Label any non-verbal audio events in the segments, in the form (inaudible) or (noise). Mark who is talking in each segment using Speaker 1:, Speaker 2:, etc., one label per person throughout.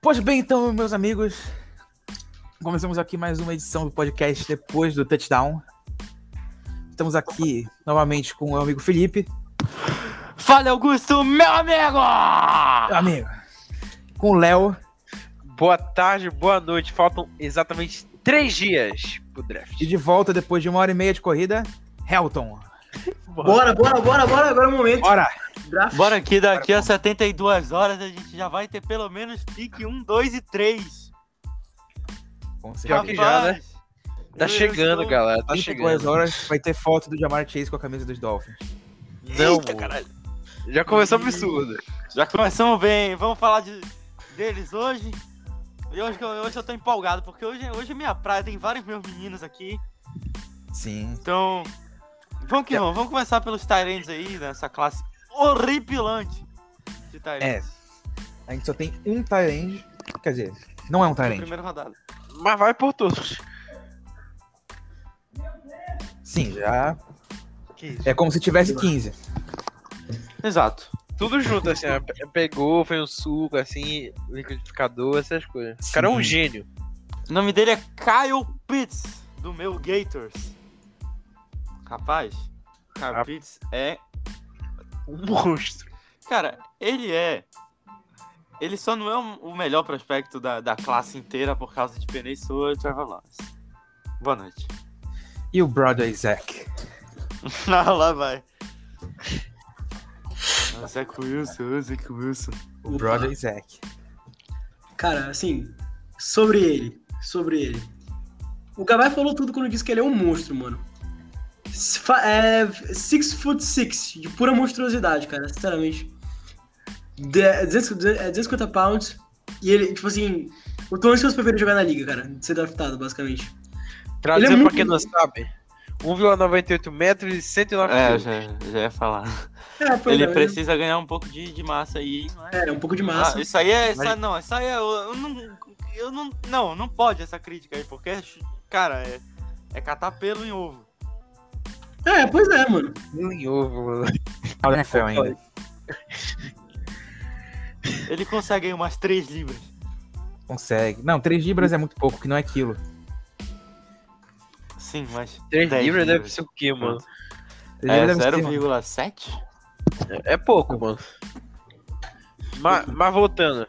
Speaker 1: Pois bem, então, meus amigos, começamos aqui mais uma edição do podcast depois do touchdown. Estamos aqui novamente com o meu amigo Felipe.
Speaker 2: Fala, Augusto, meu amigo!
Speaker 1: Meu amigo. Com o Léo.
Speaker 3: Boa tarde, boa noite. Faltam exatamente três dias pro draft.
Speaker 1: E de volta depois de uma hora e meia de corrida, Helton.
Speaker 4: Bora, bora, bora, bora, agora é o momento.
Speaker 1: Bora!
Speaker 4: Draft.
Speaker 2: Bora que daqui a 72 horas a gente já vai ter pelo menos pique 1, 2 e 3.
Speaker 1: Com
Speaker 3: Pior que já, né? Tá chegando,
Speaker 2: cara.
Speaker 3: galera. Tá
Speaker 1: 32
Speaker 3: chegando.
Speaker 1: horas vai ter foto do Jamar Chase com a camisa dos Dolphins.
Speaker 3: Não,
Speaker 2: Eita,
Speaker 3: mano.
Speaker 2: caralho.
Speaker 3: Já começou absurdo.
Speaker 2: Já começamos bem, vamos falar de, deles hoje. E hoje, que eu- hoje eu tô empolgado, porque hoje, hoje é minha praia, tem vários meus meninos aqui.
Speaker 1: Sim.
Speaker 2: Então, vamos
Speaker 3: É.
Speaker 2: que vamos. Vamos começar pelos Tyrants aí, nessa classe horripilante de Tyrants.
Speaker 3: É.
Speaker 1: A gente só tem um Tyrande. Quer dizer, não é um
Speaker 2: na
Speaker 1: Tyrande.
Speaker 2: primeira rodada.
Speaker 3: Mas vai por todos.
Speaker 1: Sim, já.
Speaker 2: Que isso.
Speaker 1: É como se tivesse 15.
Speaker 2: Exato.
Speaker 3: Tudo junto, assim. ó. Pe- (laughs) Pegou, foi um suco, assim, liquidificador, essas coisas. O cara é um
Speaker 1: Sim.
Speaker 3: gênio.
Speaker 2: O nome dele é Kyle Pitts, do meu Gators. Rapaz, Kyle
Speaker 3: Rap-
Speaker 2: Pitts é.
Speaker 3: Um (laughs) monstro.
Speaker 2: Cara, ele é. Ele só não é um- o melhor prospecto da, da classe inteira por causa de Penei Sewell e Trevor Lawrence. Boa noite. (laughs)
Speaker 1: E o Brother Isaac.
Speaker 2: Não, lá vai. Ah, Zach Wilson, Zach Wilson.
Speaker 1: O Brother Isaac.
Speaker 4: Cara, assim, sobre ele, sobre ele. O Gabai falou tudo quando disse que ele é um monstro, mano. S- fa- É, six foot six, de pura monstruosidade, cara, sinceramente. De- 200 duzentos- é, 250 pounds, e ele, tipo assim, o Tony Silva prefere jogar na liga, cara, de ser draftado, basicamente.
Speaker 3: Traduzindo pra
Speaker 4: muito-
Speaker 3: quem não sabe. 1,98 metros e 109
Speaker 2: É, eu
Speaker 3: quilos.
Speaker 2: já, já ia falar.
Speaker 4: É, pois
Speaker 2: Ele
Speaker 4: é,
Speaker 2: precisa ganhar um pouco de, de massa aí, mas...
Speaker 4: é, um pouco de massa.
Speaker 2: Ah, isso aí é. Isso, aí- Não, isso aí é. Eu eu não. Eu não. Não, não pode essa crítica aí, porque, cara, é, é catar pelo em ovo.
Speaker 4: É, pois é, mano.
Speaker 3: Meu Um em ovo, mano.
Speaker 1: Olha o NFL né, ainda.
Speaker 2: Ele consegue aí umas 3 libras.
Speaker 1: Consegue. Não, 3 libras é muito pouco, que não é quilo.
Speaker 2: Sim, mas.
Speaker 3: 3
Speaker 2: 10
Speaker 3: libras deve ser o quê, mano?
Speaker 1: Três
Speaker 2: É
Speaker 1: libras deve ser, mano.
Speaker 2: 0,7?
Speaker 3: É pouco, mano. Mas, mas voltando.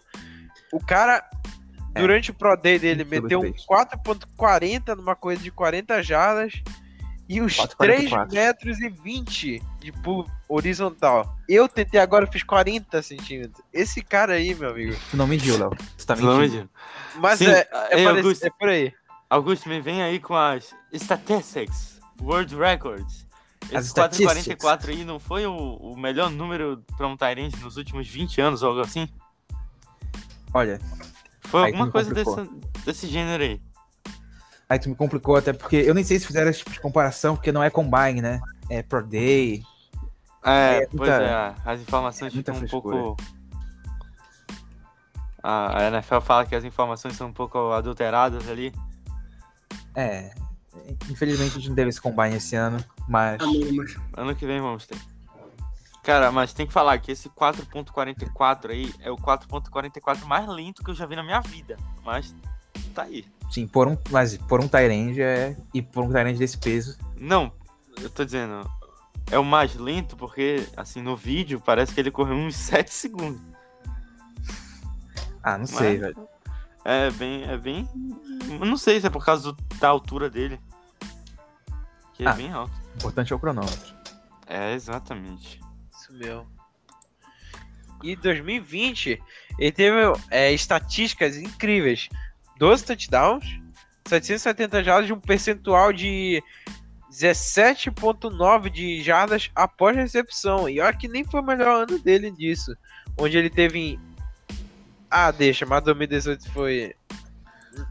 Speaker 3: O cara,
Speaker 1: É.
Speaker 3: durante o Pro Day dele,
Speaker 1: Sobre
Speaker 3: meteu um
Speaker 1: três.
Speaker 3: 4.40 numa coisa de 40 jardas e uns
Speaker 1: 4.44.
Speaker 3: 3 metros e 20 de pulo horizontal. Eu tentei agora, fiz 40 centímetros. Esse cara aí, meu amigo.
Speaker 1: Tu não mediu, Léo. Tu tá mentindo.
Speaker 2: Longe.
Speaker 3: Mas
Speaker 2: Sim,
Speaker 3: é, é,
Speaker 2: ei,
Speaker 3: parecido-
Speaker 2: Augusto.
Speaker 3: é por aí.
Speaker 2: Augusto, me vem aí com as Statistics, World Records.
Speaker 1: As
Speaker 2: Esse
Speaker 1: statistics.
Speaker 2: 4,44 aí não foi o, o melhor número pra um Tyrande nos últimos 20 anos ou algo assim?
Speaker 1: Olha,
Speaker 2: Foi
Speaker 1: Aí tu
Speaker 2: alguma
Speaker 1: me
Speaker 2: coisa desse,
Speaker 1: complicou.
Speaker 2: desse gênero aí.
Speaker 1: aí tu me complicou até porque eu nem sei se fizeram esse tipo de comparação, porque não é combine, né? É pro day.
Speaker 2: É,
Speaker 1: É,
Speaker 2: pois
Speaker 1: muita-
Speaker 2: é, as informações
Speaker 1: é muita
Speaker 2: ficam um
Speaker 1: frescura.
Speaker 2: pouco. Ah, A a NFL fala que as informações são um pouco adulteradas ali.
Speaker 1: É. Infelizmente a gente não teve esse combine esse ano, mas.
Speaker 4: Ah, mano, mas-
Speaker 2: Ano que vem vamos ter. Cara, mas tem que falar que esse 4.44 aí é o 4.44 mais lento que eu já vi na minha vida. Mas tá aí.
Speaker 1: Sim, por um, mas por um Tyrande é. E por um Tyrande desse peso.
Speaker 2: Não, eu tô dizendo, é o mais lento porque, assim, no vídeo parece que ele correu uns 7 segundos.
Speaker 1: Ah, não sei,
Speaker 2: Mas-
Speaker 1: velho.
Speaker 2: É bem, é bem... Eu não sei se é por causa do- da altura dele. Que
Speaker 1: Ah.
Speaker 2: é bem alto.
Speaker 1: O importante é o cronômetro.
Speaker 2: É, exatamente.
Speaker 3: Isso mesmo. E 2020, ele teve é, estatísticas incríveis. 12 touchdowns, 770 jardas e um percentual de 17.9 de jardas após recepção. E olha que nem foi o melhor ano dele disso. Onde ele teve em... Ah, deixa, mas 2018 foi...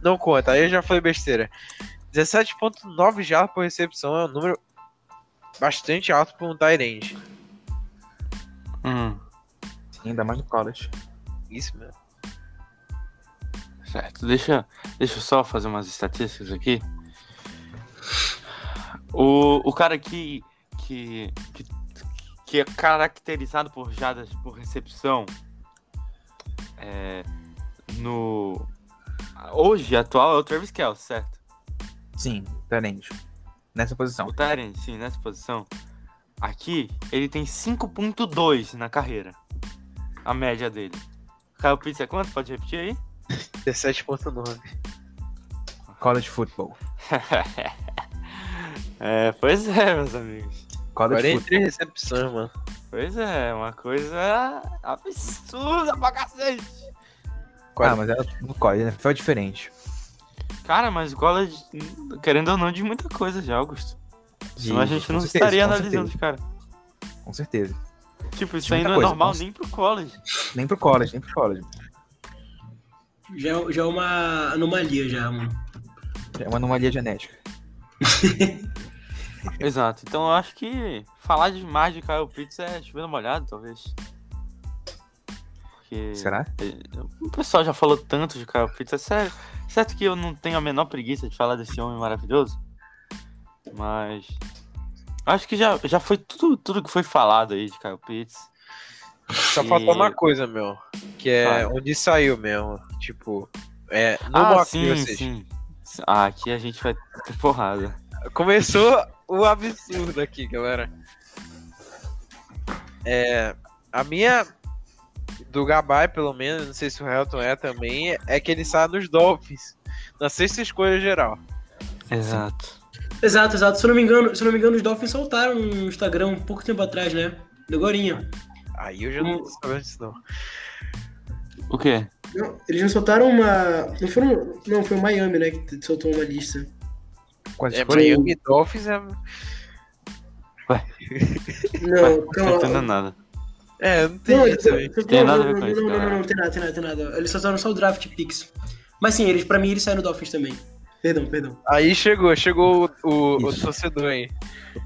Speaker 3: Não conta, aí já foi besteira. 17.9 jardas por recepção é um número bastante alto para um Tyrande.
Speaker 2: Hum,
Speaker 1: Sim, ainda mais no college.
Speaker 3: Isso mesmo.
Speaker 2: certo. Deixa, deixa eu só fazer umas estatísticas aqui. O, o cara que, que, que, que é caracterizado por jadas por recepção é, no. Hoje, atual, é o Travis Kelce, certo?
Speaker 1: Sim, Tarend. Nessa posição.
Speaker 2: O Tyrant, sim, nessa posição. Aqui, ele tem 5.2 na carreira. A média dele. Kyle Pitts é quanto? Pode repetir aí?
Speaker 3: 17.9.
Speaker 1: College Football.
Speaker 2: É, pois é, meus amigos.
Speaker 1: College Football.
Speaker 3: 43 recepções, mano.
Speaker 2: Pois é, uma coisa absurda pra cacete.
Speaker 1: Ah, mas era no college, né? Foi diferente.
Speaker 2: Cara, mas gola, de- querendo ou não, de muita coisa já, Augusto. Senão a
Speaker 1: De-
Speaker 2: gente não
Speaker 1: com certeza,
Speaker 2: estaria
Speaker 1: com
Speaker 2: analisando os
Speaker 1: certeza,
Speaker 2: caras.
Speaker 1: Com certeza.
Speaker 2: Tipo, isso
Speaker 1: De
Speaker 2: aí
Speaker 1: muita
Speaker 2: não é
Speaker 1: coisa,
Speaker 2: normal
Speaker 1: com
Speaker 2: nem pro college.
Speaker 1: Nem pro college, nem pro college.
Speaker 4: Já, é- já é uma anomalia, já, mano.
Speaker 1: É uma anomalia genética.
Speaker 2: Exato. Então eu acho que falar demais de Kyle Pitts é chovendo molhado, talvez. Porque
Speaker 1: Será?
Speaker 2: o pessoal já falou tanto de Kyle Pitts, é sério. Certo que eu não tenho a menor preguiça de falar desse homem maravilhoso. Mas acho que já, já foi tudo, tudo que foi falado aí de Kyle Pitts.
Speaker 3: Só
Speaker 2: E-
Speaker 3: faltou uma coisa, meu. Que é
Speaker 2: Fala.
Speaker 3: onde saiu mesmo. Tipo, é. No
Speaker 2: ah,
Speaker 3: mock,
Speaker 2: sim,
Speaker 3: ou seja,
Speaker 2: sim. Ah, aqui a gente vai ter porrada.
Speaker 3: Começou o absurdo aqui, galera. É. A minha. Do Gabay, pelo menos, não sei se o Helton é também, é que ele sai nos Dolphins. Na sexta escolha geral.
Speaker 2: Exato.
Speaker 4: Exato, exato. Se eu não me engano, se eu não me engano, os Dolphins soltaram um Instagram um pouco tempo atrás, né? Agorinha.
Speaker 3: Aí eu já não tô sabendo disso, não.
Speaker 2: O quê?
Speaker 4: Não, eles não soltaram uma. Não foram. Não, foi o Miami, né? Que soltou uma lista.
Speaker 1: Quase
Speaker 3: É,
Speaker 1: escolha.
Speaker 3: Miami Dolphins é.
Speaker 4: Não,
Speaker 2: Não tô
Speaker 4: calma.
Speaker 2: entendendo nada.
Speaker 3: É, não tem
Speaker 4: Não,
Speaker 3: jeito também.
Speaker 4: não,
Speaker 2: Tem
Speaker 4: não,
Speaker 2: nada a ver com
Speaker 4: não,
Speaker 2: isso,
Speaker 4: Não, não,
Speaker 2: cara.
Speaker 4: não, não, tem nada, tem nada, tem nada. Eles soltaram só o draft picks. Mas sim, eles, pra mim eles saíram do Dolphins também. Perdão, perdão.
Speaker 3: Aí chegou, chegou o, o, o
Speaker 1: Ixi.
Speaker 3: torcedor aí.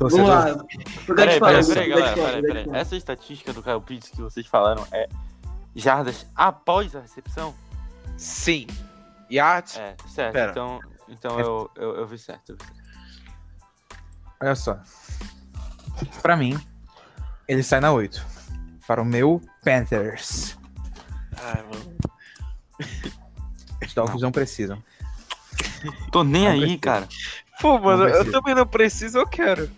Speaker 1: O
Speaker 4: Vamos
Speaker 1: torcedor-
Speaker 4: lá. Lugar de
Speaker 2: tá- Peraí, peraí,
Speaker 4: fala, lugar
Speaker 2: peraí, galera,
Speaker 4: de
Speaker 2: peraí,
Speaker 4: fala, lugar
Speaker 2: peraí.
Speaker 4: de fala.
Speaker 2: Essa estatística do Kyle Pitts que vocês falaram é jardas após a recepção?
Speaker 3: Sim. Yacht.
Speaker 2: É, certo.
Speaker 3: Pera.
Speaker 2: Então, então eu, eu, eu vi certo. eu vi certo.
Speaker 1: Olha só. Pra mim, ele sai na 8. Para o meu Panthers.
Speaker 3: Ah, mano.
Speaker 1: Os Dolphins não precisam.
Speaker 2: Tô nem
Speaker 1: Não
Speaker 2: aí,
Speaker 1: precisa.
Speaker 2: cara.
Speaker 3: Pô, mano, eu
Speaker 1: precisa.
Speaker 3: também não preciso, eu quero.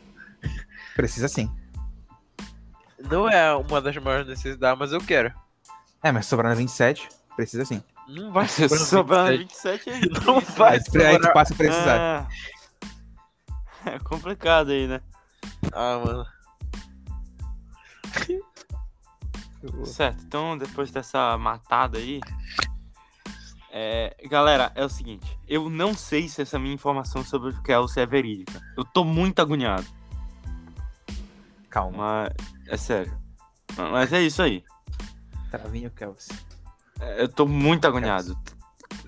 Speaker 1: Precisa sim.
Speaker 3: Não é uma das maiores necessidades, mas eu quero.
Speaker 1: É, mas sobrar na 27, precisa sim.
Speaker 3: Não vai sobrar.
Speaker 2: Sobrando
Speaker 3: Sobrando.
Speaker 2: 27 aí.
Speaker 3: (laughs) Não vai
Speaker 1: Aí aí tu
Speaker 3: sobrar.
Speaker 1: passa a precisar.
Speaker 2: Ah, né? é complicado aí, né?
Speaker 3: Ah, mano.
Speaker 2: Certo, então depois dessa matada aí. é, galera, é o seguinte, eu não sei se essa é minha informação sobre o Kelsey é verídica. Eu tô muito agoniado.
Speaker 1: Calma.
Speaker 2: Mas é sério. Mas é isso aí.
Speaker 1: Travinho Kelsey.
Speaker 2: É, Eu tô muito agoniado.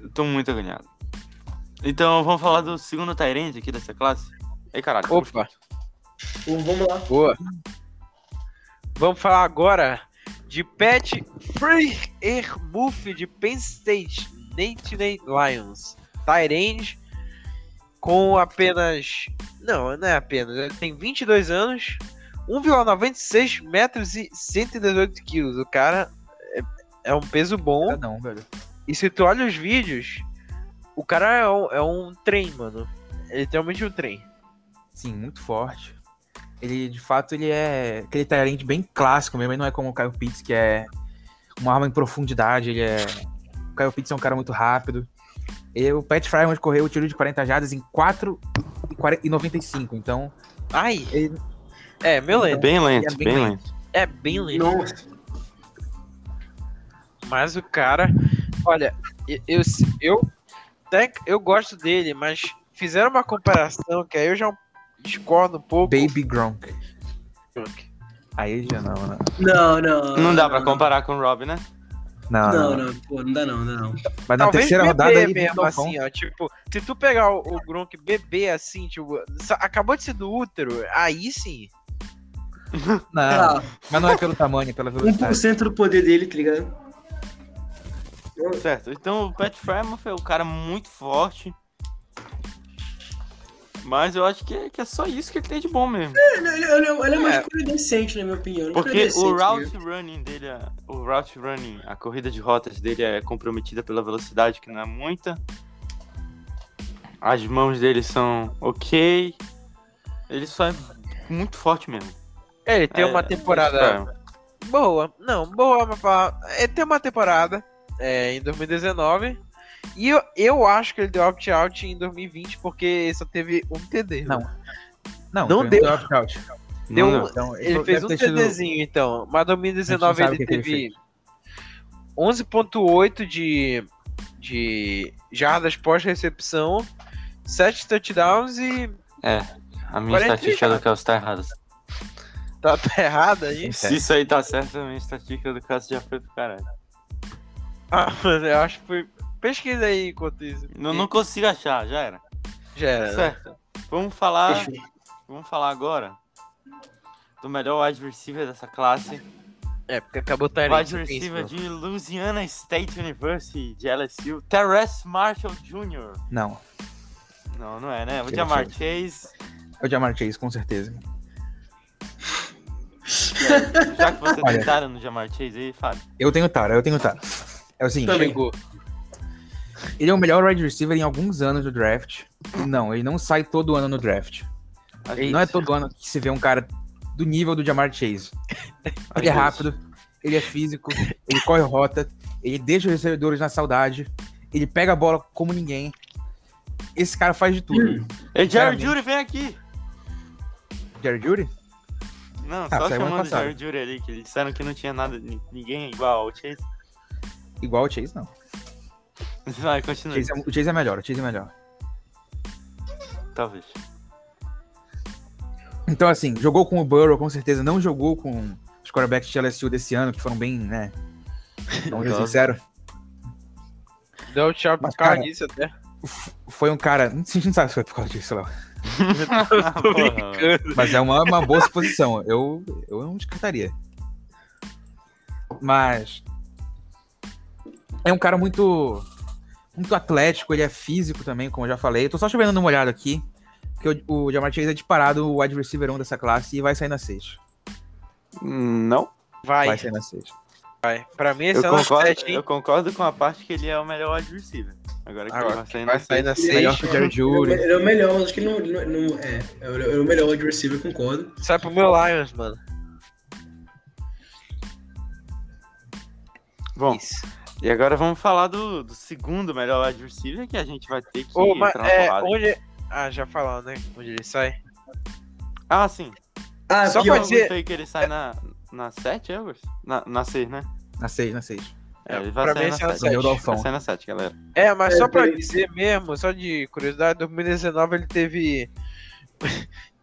Speaker 2: Eu tô muito agoniado. Então vamos falar do segundo Tyrande aqui dessa classe. Ei, caralho.
Speaker 3: Opa,
Speaker 4: Bom, Vamos lá.
Speaker 3: boa. Vamos falar agora de Pat Free Hermuth de Penn State, Nate Lions. Tyrande com apenas. Não, não é apenas. Ele tem 22 anos, 1,96 metros e 118 quilos. O cara é- é um peso bom.
Speaker 1: Cada um, velho.
Speaker 3: E se tu olha os vídeos, o cara é um, é um trem, mano. É literalmente um trem.
Speaker 1: Sim, muito forte. Ele, de fato, ele é aquele Tyrant bem clássico mesmo. Ele não é como o Kyle Pitts, que é uma arma em profundidade. Ele é... O Kyle Pitts é um cara muito rápido. E o Pat Fryman correu o tiro de 40 jardas em 4 e 40 e 95. Então,
Speaker 3: Ai!
Speaker 1: Ele-
Speaker 3: É, meu
Speaker 2: É
Speaker 3: lento.
Speaker 2: bem lento,
Speaker 1: É
Speaker 2: bem,
Speaker 1: bem
Speaker 2: lento.
Speaker 3: É bem lento.
Speaker 4: Nossa.
Speaker 3: Mas o cara. Olha, eu. Eu, eu, até que eu gosto dele, mas fizeram uma comparação que aí eu já discordo um pouco.
Speaker 1: Baby Gronk. Aí já não, né? não.
Speaker 4: Não, não.
Speaker 2: Não dá pra comparar com o Rob, né?
Speaker 1: Não,
Speaker 4: Não, não, pô, não dá não, não dá não.
Speaker 1: Mas na
Speaker 3: Talvez
Speaker 1: terceira
Speaker 3: bebê
Speaker 1: rodada ele um vem o
Speaker 3: mesmo,
Speaker 1: Falcão.
Speaker 3: assim, ó. Tipo, se tu pegar o, o Gronk bebê assim, tipo, sa- acabou de ser do útero, aí sim.
Speaker 4: Sei
Speaker 3: Ah.
Speaker 2: Ah,
Speaker 1: Não,
Speaker 4: lá,
Speaker 1: mas não é pelo tamanho, é pela velocidade.
Speaker 4: 1% do poder dele, tá ligado?
Speaker 2: é Certo. Então o Pat Fryman foi um cara muito forte. Mas eu acho que é, que é só isso que ele tem de bom mesmo.
Speaker 4: Ele, ele- ele- ele é mais
Speaker 3: É.
Speaker 4: puro e decente, na minha opinião. Ele é puro e
Speaker 2: Porque o
Speaker 4: decente,
Speaker 2: route running dele, é- o route running, a corrida de rotas dele é comprometida pela velocidade, que não é muita. As mãos dele são ok. Ele só é muito forte mesmo.
Speaker 3: É, ele tem
Speaker 2: É,
Speaker 3: uma temporada
Speaker 2: isso é.
Speaker 3: boa. Não, boa, mas pra- ele tem uma temporada é, em 2019. E eu, eu acho que ele deu opt-out em 2020 porque só teve um TD.
Speaker 1: Não, Não,
Speaker 3: Não
Speaker 1: foi um
Speaker 3: deu.
Speaker 1: opt-out.
Speaker 3: Deu
Speaker 2: Não,
Speaker 3: um-
Speaker 2: não.
Speaker 1: Então,
Speaker 3: Ele
Speaker 1: foi-
Speaker 3: fez
Speaker 1: deve
Speaker 3: um
Speaker 1: ter sido-
Speaker 3: TDzinho, então. Mas 2019
Speaker 1: sabe
Speaker 3: ele
Speaker 1: o que que ele
Speaker 3: teve 11.8 de, de jardas pós-recepção, 7 touchdowns e...
Speaker 2: A minha
Speaker 3: 43
Speaker 2: estatística do Kelso tá errada.
Speaker 3: Tá, tá errado aí?
Speaker 2: Se isso aí tá certo, a minha estatística do Kelso já foi pro caralho.
Speaker 3: Ah, mano, eu acho que foi... Pesquisa aí enquanto isso.
Speaker 2: Não, não consigo achar, já era.
Speaker 3: Já era, né?
Speaker 2: Certo. Vamos falar.
Speaker 4: Fechou.
Speaker 2: Vamos falar agora do melhor wide receiver dessa classe.
Speaker 3: É, porque acabou tá
Speaker 2: Wide receiver de Louisiana State University, de LSU, Terrence Marshall Jr.
Speaker 1: Não,
Speaker 2: Não, não é, né? O
Speaker 1: Tira,
Speaker 2: Jamar Chase,
Speaker 1: é o Jamar Chase, com certeza.
Speaker 2: já que você
Speaker 1: Olha.
Speaker 2: tentaram no Jamar Chase aí, Fábio.
Speaker 1: Eu tenho Tara, eu tenho Tara. É o seguinte,
Speaker 4: Também.
Speaker 1: ele é o melhor wide receiver em alguns anos do draft. Não, ele não sai todo ano no draft. Não é todo ano que se vê um cara do nível do Jamar Chase.
Speaker 2: Ai,
Speaker 1: Ele é
Speaker 2: Deus.
Speaker 1: rápido, ele é físico, ele corre rota, ele deixa os recebedores na saudade, ele pega a bola como ninguém. Esse cara faz de tudo.
Speaker 2: Ei, É, Jerry
Speaker 1: Sinceramente.
Speaker 2: Judy, vem aqui!
Speaker 1: Jerry Judy?
Speaker 2: Não,
Speaker 1: Ah,
Speaker 2: só
Speaker 1: saiu ano
Speaker 2: chamando o
Speaker 1: passado.
Speaker 2: Jerry Judy ali, que eles disseram que não tinha nada, ni- ninguém igual ao Chase. (laughs)
Speaker 1: Igual o Chase, não.
Speaker 2: Vai, continua.
Speaker 1: Chase é- o Chase é melhor, o Chase é melhor.
Speaker 2: Talvez.
Speaker 1: Então, assim, jogou com o Burrow, com certeza. Não jogou com os quarterbacks de LSU desse ano, que foram bem, né? Vamos ser
Speaker 2: Óbvio.
Speaker 1: sincero.
Speaker 3: Deu o tchau pro
Speaker 1: Mas, cara,
Speaker 3: cara disso (laughs) até.
Speaker 1: Foi um cara. A gente não sabe se foi por causa disso, Léo.
Speaker 3: Tô
Speaker 2: Porra,
Speaker 3: brincando.
Speaker 1: Mas é uma, uma boa suposição. Eu, eu não descartaria. Mas. É um cara muito. Muito atlético, ele é físico também, como eu já falei. Eu tô só chovendo uma olhada aqui. Porque o, o Jamar Chase é disparado o wide receiver 1 dessa classe e vai sair na 6.
Speaker 2: Não.
Speaker 3: Vai,
Speaker 1: Vai sair na 6.
Speaker 3: pra mim esse
Speaker 2: Eu
Speaker 3: é o
Speaker 2: concordo,
Speaker 3: sete, hein?
Speaker 2: eu concordo com a parte que ele é o melhor wide receiver. Agora que
Speaker 3: Agora
Speaker 2: ele vai sair
Speaker 3: Vai
Speaker 2: na
Speaker 3: sair na
Speaker 1: Melhor
Speaker 3: 6.
Speaker 1: que o Jerry
Speaker 4: Ele,
Speaker 1: Judy.
Speaker 4: é o melhor, mas acho que ele não, ele não- não- é. É o- é o melhor wide receiver, concordo.
Speaker 3: Sai pro meu Lions, mano.
Speaker 2: Bom,
Speaker 3: Isso.
Speaker 2: e agora vamos falar do, do segundo melhor wide receiver que a gente vai ter que
Speaker 3: Ô, mas
Speaker 2: entrar na
Speaker 3: é,
Speaker 2: porrada.
Speaker 3: onde... Ah, já falaram, né? Onde ele sai.
Speaker 2: Ah, sim.
Speaker 4: Ah,
Speaker 3: Só
Speaker 2: Aqui,
Speaker 4: aqui, ó,
Speaker 3: pra
Speaker 2: ó,
Speaker 3: dizer-
Speaker 2: aí que ele sai na, na 7, é, Augusto? Na, na 6, né?
Speaker 1: Na 6, na 6.
Speaker 2: É,
Speaker 3: É,
Speaker 2: ele vai
Speaker 3: pra
Speaker 2: sair
Speaker 3: mim
Speaker 2: na
Speaker 3: esse é o
Speaker 2: 7.
Speaker 1: Do meu Dolfão.
Speaker 2: Vai sair na 7, galera.
Speaker 3: É, mas
Speaker 4: É,
Speaker 3: só pra
Speaker 4: peraí.
Speaker 3: dizer mesmo, só de curiosidade, 2019 ele teve (laughs)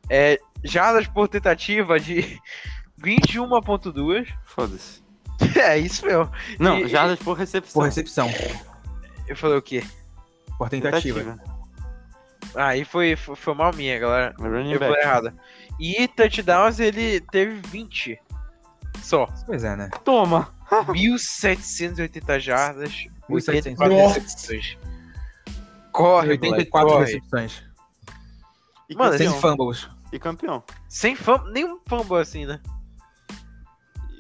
Speaker 3: é, jardas por tentativa de (laughs) 21.2.
Speaker 2: Foda-se.
Speaker 3: É isso mesmo.
Speaker 2: Não,
Speaker 3: E-
Speaker 2: jardas por recepção.
Speaker 1: Por recepção,
Speaker 3: Eu falei o quê? Ah,
Speaker 1: por tentativa.
Speaker 3: Aí foi, foi, foi mal minha, galera.
Speaker 2: Running
Speaker 3: Eu falei
Speaker 2: back.
Speaker 3: errado. E touchdowns ele teve 20. Só.
Speaker 1: Pois é, né?
Speaker 2: Toma!
Speaker 3: 1780 jardas.
Speaker 1: 1700.
Speaker 3: 84
Speaker 4: Nossa.
Speaker 3: recepções. Corre, moleque,
Speaker 1: 84
Speaker 3: corre.
Speaker 1: recepções.
Speaker 2: E
Speaker 3: Mano,
Speaker 1: Sem
Speaker 2: campeão.
Speaker 1: fumbles.
Speaker 2: E campeão.
Speaker 3: Sem fam... nenhum fumble assim, né?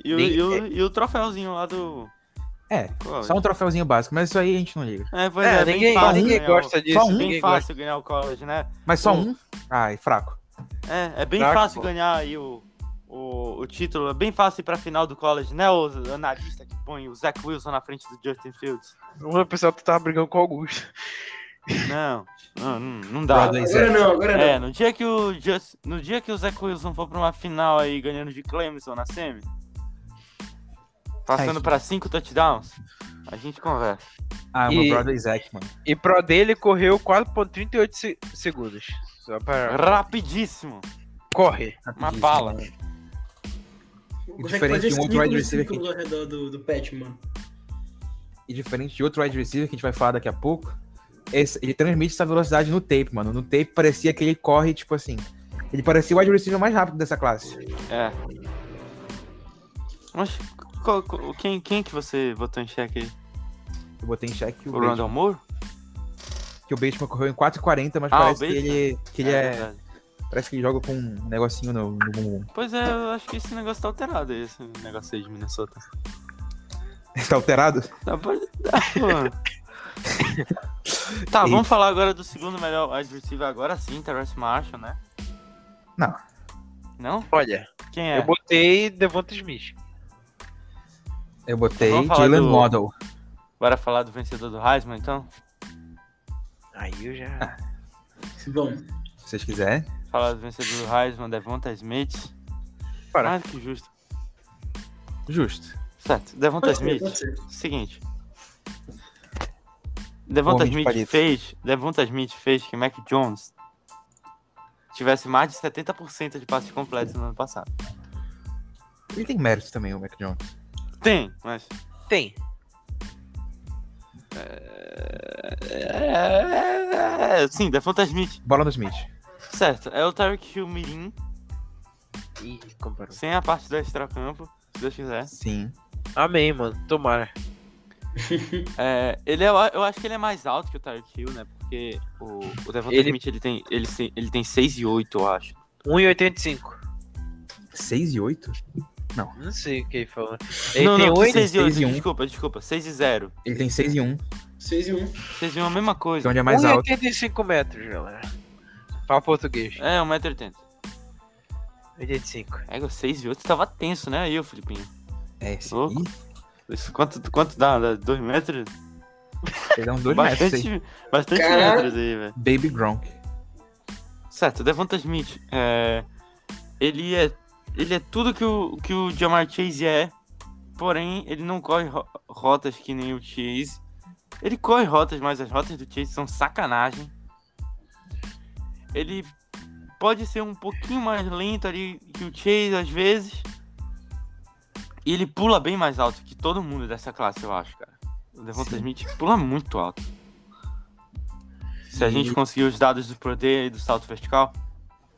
Speaker 2: E o,
Speaker 3: Nem-
Speaker 2: e, o, e o troféuzinho lá do.
Speaker 1: É,
Speaker 2: College.
Speaker 1: Só um troféuzinho básico, mas isso aí a gente não liga.
Speaker 2: É, pois é,
Speaker 3: É,
Speaker 2: bem
Speaker 3: ninguém,
Speaker 2: fácil
Speaker 3: ninguém
Speaker 2: ganhar o-
Speaker 3: gosta disso.
Speaker 1: Só um
Speaker 2: bem
Speaker 3: ninguém
Speaker 2: fácil
Speaker 3: gosta.
Speaker 2: ganhar o college, né?
Speaker 1: Mas só
Speaker 2: Hum.
Speaker 1: um. Ai, fraco.
Speaker 2: É, é bem
Speaker 3: Caraca,
Speaker 2: fácil
Speaker 3: pô.
Speaker 2: ganhar aí o, o, o título, é bem fácil ir pra final do college, né? O analista que põe o Zach Wilson na frente do Justin Fields.
Speaker 3: O pessoal tu tava brigando com o Augusto.
Speaker 2: Não, não, não, não dá.
Speaker 1: Brother.
Speaker 4: Agora não, agora não.
Speaker 2: É, no dia que o Just, no dia que o Zach Wilson for pra uma final aí ganhando de Clemson na semi, passando
Speaker 1: Ai,
Speaker 2: pra cinco touchdowns, a gente conversa.
Speaker 1: Ah,
Speaker 3: E-
Speaker 1: meu brother Isaac, mano.
Speaker 3: E pro dele correu 4.38 se- segundos. Só pra...
Speaker 2: Rapidíssimo,
Speaker 3: Corre.
Speaker 2: uma
Speaker 1: Rapidíssimo.
Speaker 2: bala.
Speaker 4: Consegue
Speaker 1: Diferente
Speaker 4: fazer
Speaker 1: de um outro
Speaker 4: círculos,
Speaker 1: wide receiver
Speaker 4: círculos ao redor do, do patch, mano.
Speaker 1: E diferente de outro wide receiver que a gente vai falar daqui a pouco, esse- ele transmite essa velocidade no tape, mano. No tape parecia que ele corre, tipo assim. Ele parecia o wide receiver mais rápido dessa classe.
Speaker 2: É. Mas qual- qual- quem, quem que você botou em xeque aí?
Speaker 1: Eu botei em xeque o.
Speaker 2: O Randall Moore?
Speaker 1: que o Bateman correu em 4,40, mas
Speaker 2: Ah,
Speaker 1: parece
Speaker 2: o
Speaker 1: que
Speaker 2: Bateman.
Speaker 1: ele, que ele é,
Speaker 2: verdade.
Speaker 1: Parece que ele joga com um negocinho no, no bumbum. (laughs)
Speaker 2: Pois é, eu acho que esse negócio tá alterado aí, esse negócio aí de Minnesota.
Speaker 1: Tá alterado?
Speaker 2: Tá, pode... tá, pô. tá, vamos falar agora do segundo melhor wide receiver agora sim, Terrence Marshall, né?
Speaker 1: Não.
Speaker 2: Não?
Speaker 3: (laughs) Olha,
Speaker 2: Quem é?
Speaker 3: eu botei Devonta Smith.
Speaker 1: Eu botei
Speaker 2: Vamos falar
Speaker 1: Dylan
Speaker 2: do-
Speaker 1: Model.
Speaker 2: Bora falar do vencedor do Heisman, então?
Speaker 3: Aí eu já.
Speaker 4: Bom,
Speaker 1: Se vocês quiserem.
Speaker 2: Falar do vencedor do Heisman, Devonta Smith.
Speaker 3: Bora.
Speaker 2: Mais que justo.
Speaker 1: Justo.
Speaker 2: Certo, Devonta
Speaker 4: pode ser,
Speaker 2: Smith.
Speaker 4: pode ser.
Speaker 2: Seguinte. Devonta
Speaker 1: Homem de
Speaker 2: Smith
Speaker 1: palito.
Speaker 2: fez. Devonta Smith fez que Mac Jones tivesse mais de 70% de passes completos no ano passado.
Speaker 1: Ele tem mérito também, o Mac Jones.
Speaker 2: Tem, mas.
Speaker 3: Tem.
Speaker 2: É, é, sim, Devonta Smith.
Speaker 1: Bola no Smith.
Speaker 2: Certo, é o Tarek Hill Mirim,
Speaker 3: Ih, comparou.
Speaker 2: sem a parte do extracampo, se Deus quiser.
Speaker 1: Sim.
Speaker 3: Amém, mano. Tomara.
Speaker 2: É, ele é, eu acho que ele é mais alto que o Tyreek Hill, né? Porque o, o Devonta
Speaker 3: Ele-
Speaker 2: Smith ele tem, ele, tem- ele tem 6 e 8, eu acho.
Speaker 3: 1,85.
Speaker 1: 6 e 8?
Speaker 3: Não sei o que ele falou. Ele
Speaker 2: não,
Speaker 3: tem
Speaker 2: não,
Speaker 3: 8.
Speaker 2: 6 e 8,
Speaker 1: seis e um.
Speaker 2: desculpa, desculpa, 6 e 0.
Speaker 1: Ele tem 6 e 1,
Speaker 4: 6 e 1.
Speaker 2: Vocês viram um a mesma
Speaker 1: então
Speaker 2: coisa.
Speaker 1: ele é mais alto.
Speaker 3: 1,85 metros, galera. Fala português.
Speaker 1: Então,
Speaker 2: É, 1,80m.
Speaker 3: 85.
Speaker 2: É, 6 e 8 tava tenso, né? Aí, ô Filipinho.
Speaker 1: É, sim.
Speaker 2: Louco. Isso, quanto, quanto dá? 2 metros?
Speaker 1: Ele é um 2 metros.
Speaker 2: Bastante,
Speaker 1: seis.
Speaker 2: bastante
Speaker 4: Caraca.
Speaker 2: metros aí, velho.
Speaker 1: Baby Gronk.
Speaker 2: Certo, Devonta Smith, é, ele é ele é tudo que o, que o Jamar Chase é, porém ele não corre ro- rotas que nem o Chase. Ele corre rotas, mas as rotas do Chase são sacanagem. Ele pode ser um pouquinho mais lento ali que o Chase às vezes. E ele pula bem mais alto que todo mundo dessa classe, eu acho, cara. O Devonta
Speaker 1: Sim.
Speaker 2: Smith pula muito alto. Se a gente conseguir os dados do Pro Day e do salto vertical,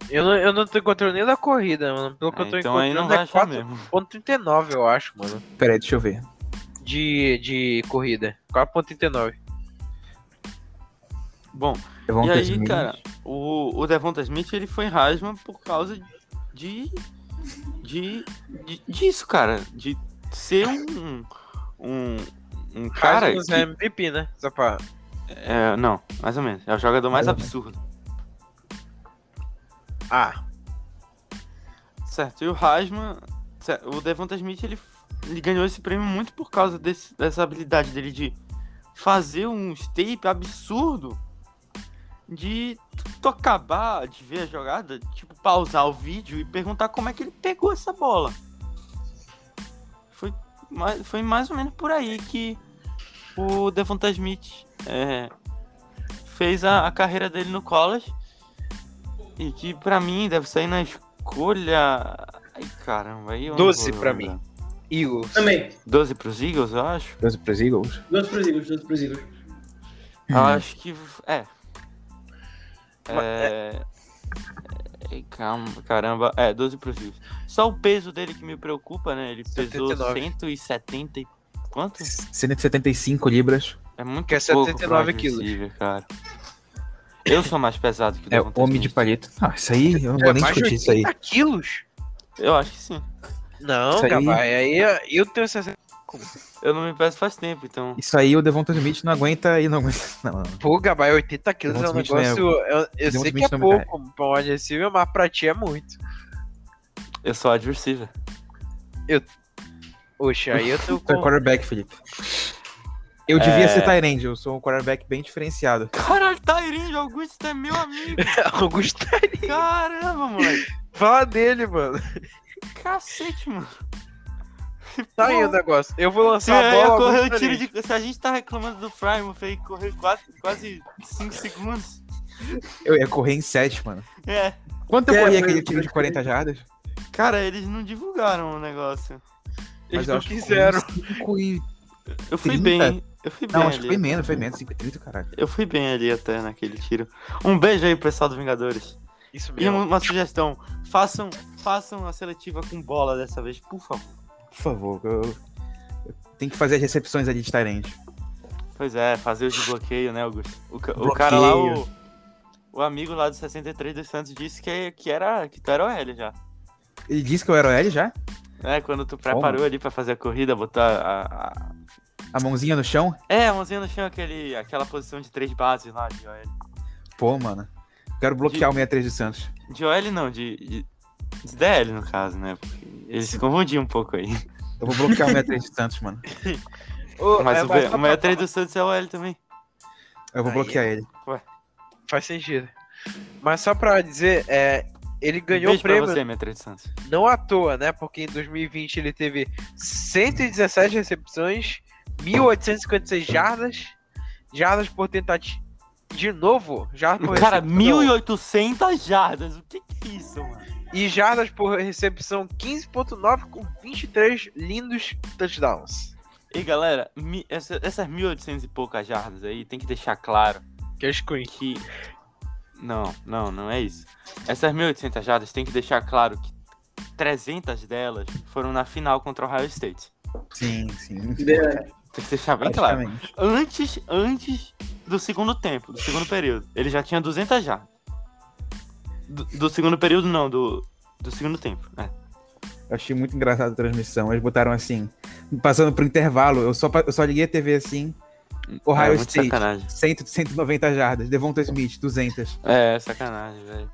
Speaker 3: Eu não, eu não tô encontrando nem da corrida, mano. Pelo que eu tô
Speaker 2: então aí não
Speaker 3: encontrando
Speaker 2: vai
Speaker 3: é
Speaker 2: achar
Speaker 3: (laughs)
Speaker 2: mesmo.
Speaker 3: 4,39, eu acho, mano.
Speaker 1: Pera aí, deixa eu ver.
Speaker 3: De, de corrida. 4,39.
Speaker 2: Bom,
Speaker 1: Devonta
Speaker 2: e aí,
Speaker 1: Smith.
Speaker 2: cara, o, o Devonta Smith ele foi Heisman por causa de, de, de- disso, cara, de ser um um, um cara
Speaker 3: Rasmus
Speaker 2: que-
Speaker 3: é MVP, né? Só pra.
Speaker 2: é, não, mais ou menos, é o jogador mais
Speaker 1: Mais ou menos.
Speaker 2: absurdo,
Speaker 3: Ah,
Speaker 2: certo? E o Heisman, cer- o Devonta Smith ele, ele ganhou esse prêmio muito por causa desse- dessa habilidade dele de fazer um tape absurdo de tu acabar de ver a jogada, tipo, pausar o vídeo e perguntar como é que ele pegou essa bola. Foi mais, foi mais ou menos por aí que o Devonta Smith é, fez a, a carreira dele no college. E que pra mim deve sair na escolha. Ai caramba, aí eu. não
Speaker 3: 12
Speaker 2: vou
Speaker 3: pra
Speaker 2: lembrar.
Speaker 3: Eagles.
Speaker 4: Também.
Speaker 2: 12 pros Eagles, eu acho.
Speaker 1: 12 pros Eagles.
Speaker 4: Dois pros Eagles, dois pros Eagles.
Speaker 2: Eu acho que. É.
Speaker 3: Ma-
Speaker 2: Uhum. É. é, Calma, caramba. É, 12 pros Eagles. Só o peso dele que me preocupa, né? Ele pesou
Speaker 3: 79.
Speaker 2: 170 e. Quanto?
Speaker 1: 175 libras.
Speaker 2: É muito
Speaker 3: Que é
Speaker 2: pouco
Speaker 3: 79
Speaker 2: pro
Speaker 3: quilos.
Speaker 2: receiver, cara. Eu sou mais pesado que o
Speaker 1: É
Speaker 2: Devonta
Speaker 1: homem de
Speaker 2: Smith.
Speaker 1: palito. Ah, isso aí, eu não vou nem
Speaker 3: É mais de
Speaker 1: discutir isso aí.
Speaker 3: 80 quilos?
Speaker 2: Eu acho que sim.
Speaker 3: Não,
Speaker 1: Isso aí-
Speaker 3: Gabay, aí é- eu- eu tenho 60.
Speaker 2: Eu não me peso faz tempo, então.
Speaker 1: Isso aí o Devonta Smith não aguenta e não aguenta. Não, não.
Speaker 3: Pô, Gabay, 80 quilos é um
Speaker 1: Devonta Smith não é-
Speaker 3: negócio. Eu, eu
Speaker 1: Devonta
Speaker 3: sei que
Speaker 1: Smith
Speaker 3: é
Speaker 1: não é-
Speaker 3: pouco pra um adversário, mas pra ti é muito.
Speaker 2: Eu sou adversível.
Speaker 3: Oxe, aí
Speaker 1: (laughs)
Speaker 3: eu tô
Speaker 1: Tu é
Speaker 3: com.
Speaker 1: quarterback, Felipe. Eu devia
Speaker 2: É.
Speaker 1: ser Tyrande, eu sou um quarterback bem diferenciado.
Speaker 2: Caralho, Tairinho, Augusto é meu (laughs) amigo.
Speaker 3: (laughs) Augusto,
Speaker 2: Caramba, moleque.
Speaker 3: fala dele, mano.
Speaker 2: Cacete, mano.
Speaker 3: Tá aí o negócio. Eu vou
Speaker 2: Se
Speaker 3: lançar a
Speaker 2: É, eu
Speaker 3: bola.
Speaker 2: correr
Speaker 3: Augusto
Speaker 2: o tiro
Speaker 3: Tarini.
Speaker 2: de. Se a gente tá reclamando do Prime, foi correr quase- quase 5 segundos.
Speaker 1: Eu ia correr em 7, mano.
Speaker 2: É.
Speaker 1: Quanto eu
Speaker 4: É,
Speaker 1: corri
Speaker 4: mas-
Speaker 1: aquele tiro de 40 jardas?
Speaker 2: Cara, eles não divulgaram o negócio.
Speaker 3: Eles
Speaker 1: eu
Speaker 3: não
Speaker 1: acho que
Speaker 3: quiseram.
Speaker 1: foi cinco e-
Speaker 2: Eu fui
Speaker 1: 30?
Speaker 2: bem. Eu fui é bem
Speaker 1: é. Não, acho que
Speaker 2: ali.
Speaker 1: foi menos, foi menos, 5 e 30, caralho.
Speaker 2: Eu fui bem ali até naquele tiro. Um beijo aí, pessoal do Vingadores.
Speaker 3: Isso
Speaker 2: E
Speaker 3: mesmo.
Speaker 2: uma sugestão: façam, façam a seletiva com bola dessa vez, por favor.
Speaker 1: Por favor, eu... eu tenho que fazer as recepções ali de Tyrande.
Speaker 2: Pois é, fazer o desbloqueio, né, Augusto? O, ca- o cara lá, o, o amigo lá do 63 do Santos disse que, que, era, que tu era o L já.
Speaker 1: Ele disse que eu era o L já?
Speaker 2: É, quando tu preparou ali pra fazer a corrida, botar a, a-
Speaker 1: A mãozinha no chão?
Speaker 2: É, a mãozinha no chão, aquele, aquela posição de três bases lá, de OL.
Speaker 1: Pô, mano. Quero bloquear o 63 de Santos.
Speaker 2: De OL não, de, de, de DL no caso, né? Porque eles se confundiam um pouco aí.
Speaker 1: Eu vou bloquear o 63 de Santos, mano.
Speaker 3: Ô,
Speaker 2: Mas
Speaker 3: é,
Speaker 2: o, B-
Speaker 3: só
Speaker 2: o maior
Speaker 3: pra-
Speaker 2: 3 do Santos é o L também.
Speaker 1: Eu vou
Speaker 3: Aí,
Speaker 1: bloquear ele.
Speaker 3: Faz sentido. Mas só pra dizer, é, ele ganhou o
Speaker 2: Beijo pra
Speaker 3: prêmio
Speaker 2: você, minha 3 do Santos.
Speaker 3: não à toa, né? Porque em 2020 ele teve 117 recepções, 1.856 jardas, jardas por tentativa. De novo, jardas por
Speaker 2: Cara,
Speaker 3: recepção.
Speaker 2: 1.800 jardas. O que que é isso, mano?
Speaker 3: E jardas por recepção 15.9 com 23 lindos touchdowns.
Speaker 2: E galera, mi- essa- essas 1.800 e poucas jardas aí, tem que deixar claro
Speaker 3: Que é screen.
Speaker 2: que... Não, não, não é isso. Essas 1.800 jardas, tem que deixar claro que 300 delas foram na final contra o Ohio State.
Speaker 1: Sim, sim.
Speaker 4: É,
Speaker 2: Tem que deixar bem claro.
Speaker 1: Praticamente.
Speaker 2: Antes, antes do segundo tempo, do segundo período, ele já tinha 200 jardas. Do, do segundo período, não, do, do segundo tempo, né?
Speaker 1: Eu achei muito engraçado a transmissão. Eles botaram assim, passando pro intervalo. Eu só, pa- eu só liguei a TV assim. Ohio
Speaker 2: é, muito
Speaker 1: State,
Speaker 2: sacanagem.
Speaker 1: 100, 190 jardas. Devonta Smith, 200.
Speaker 2: É, sacanagem, velho.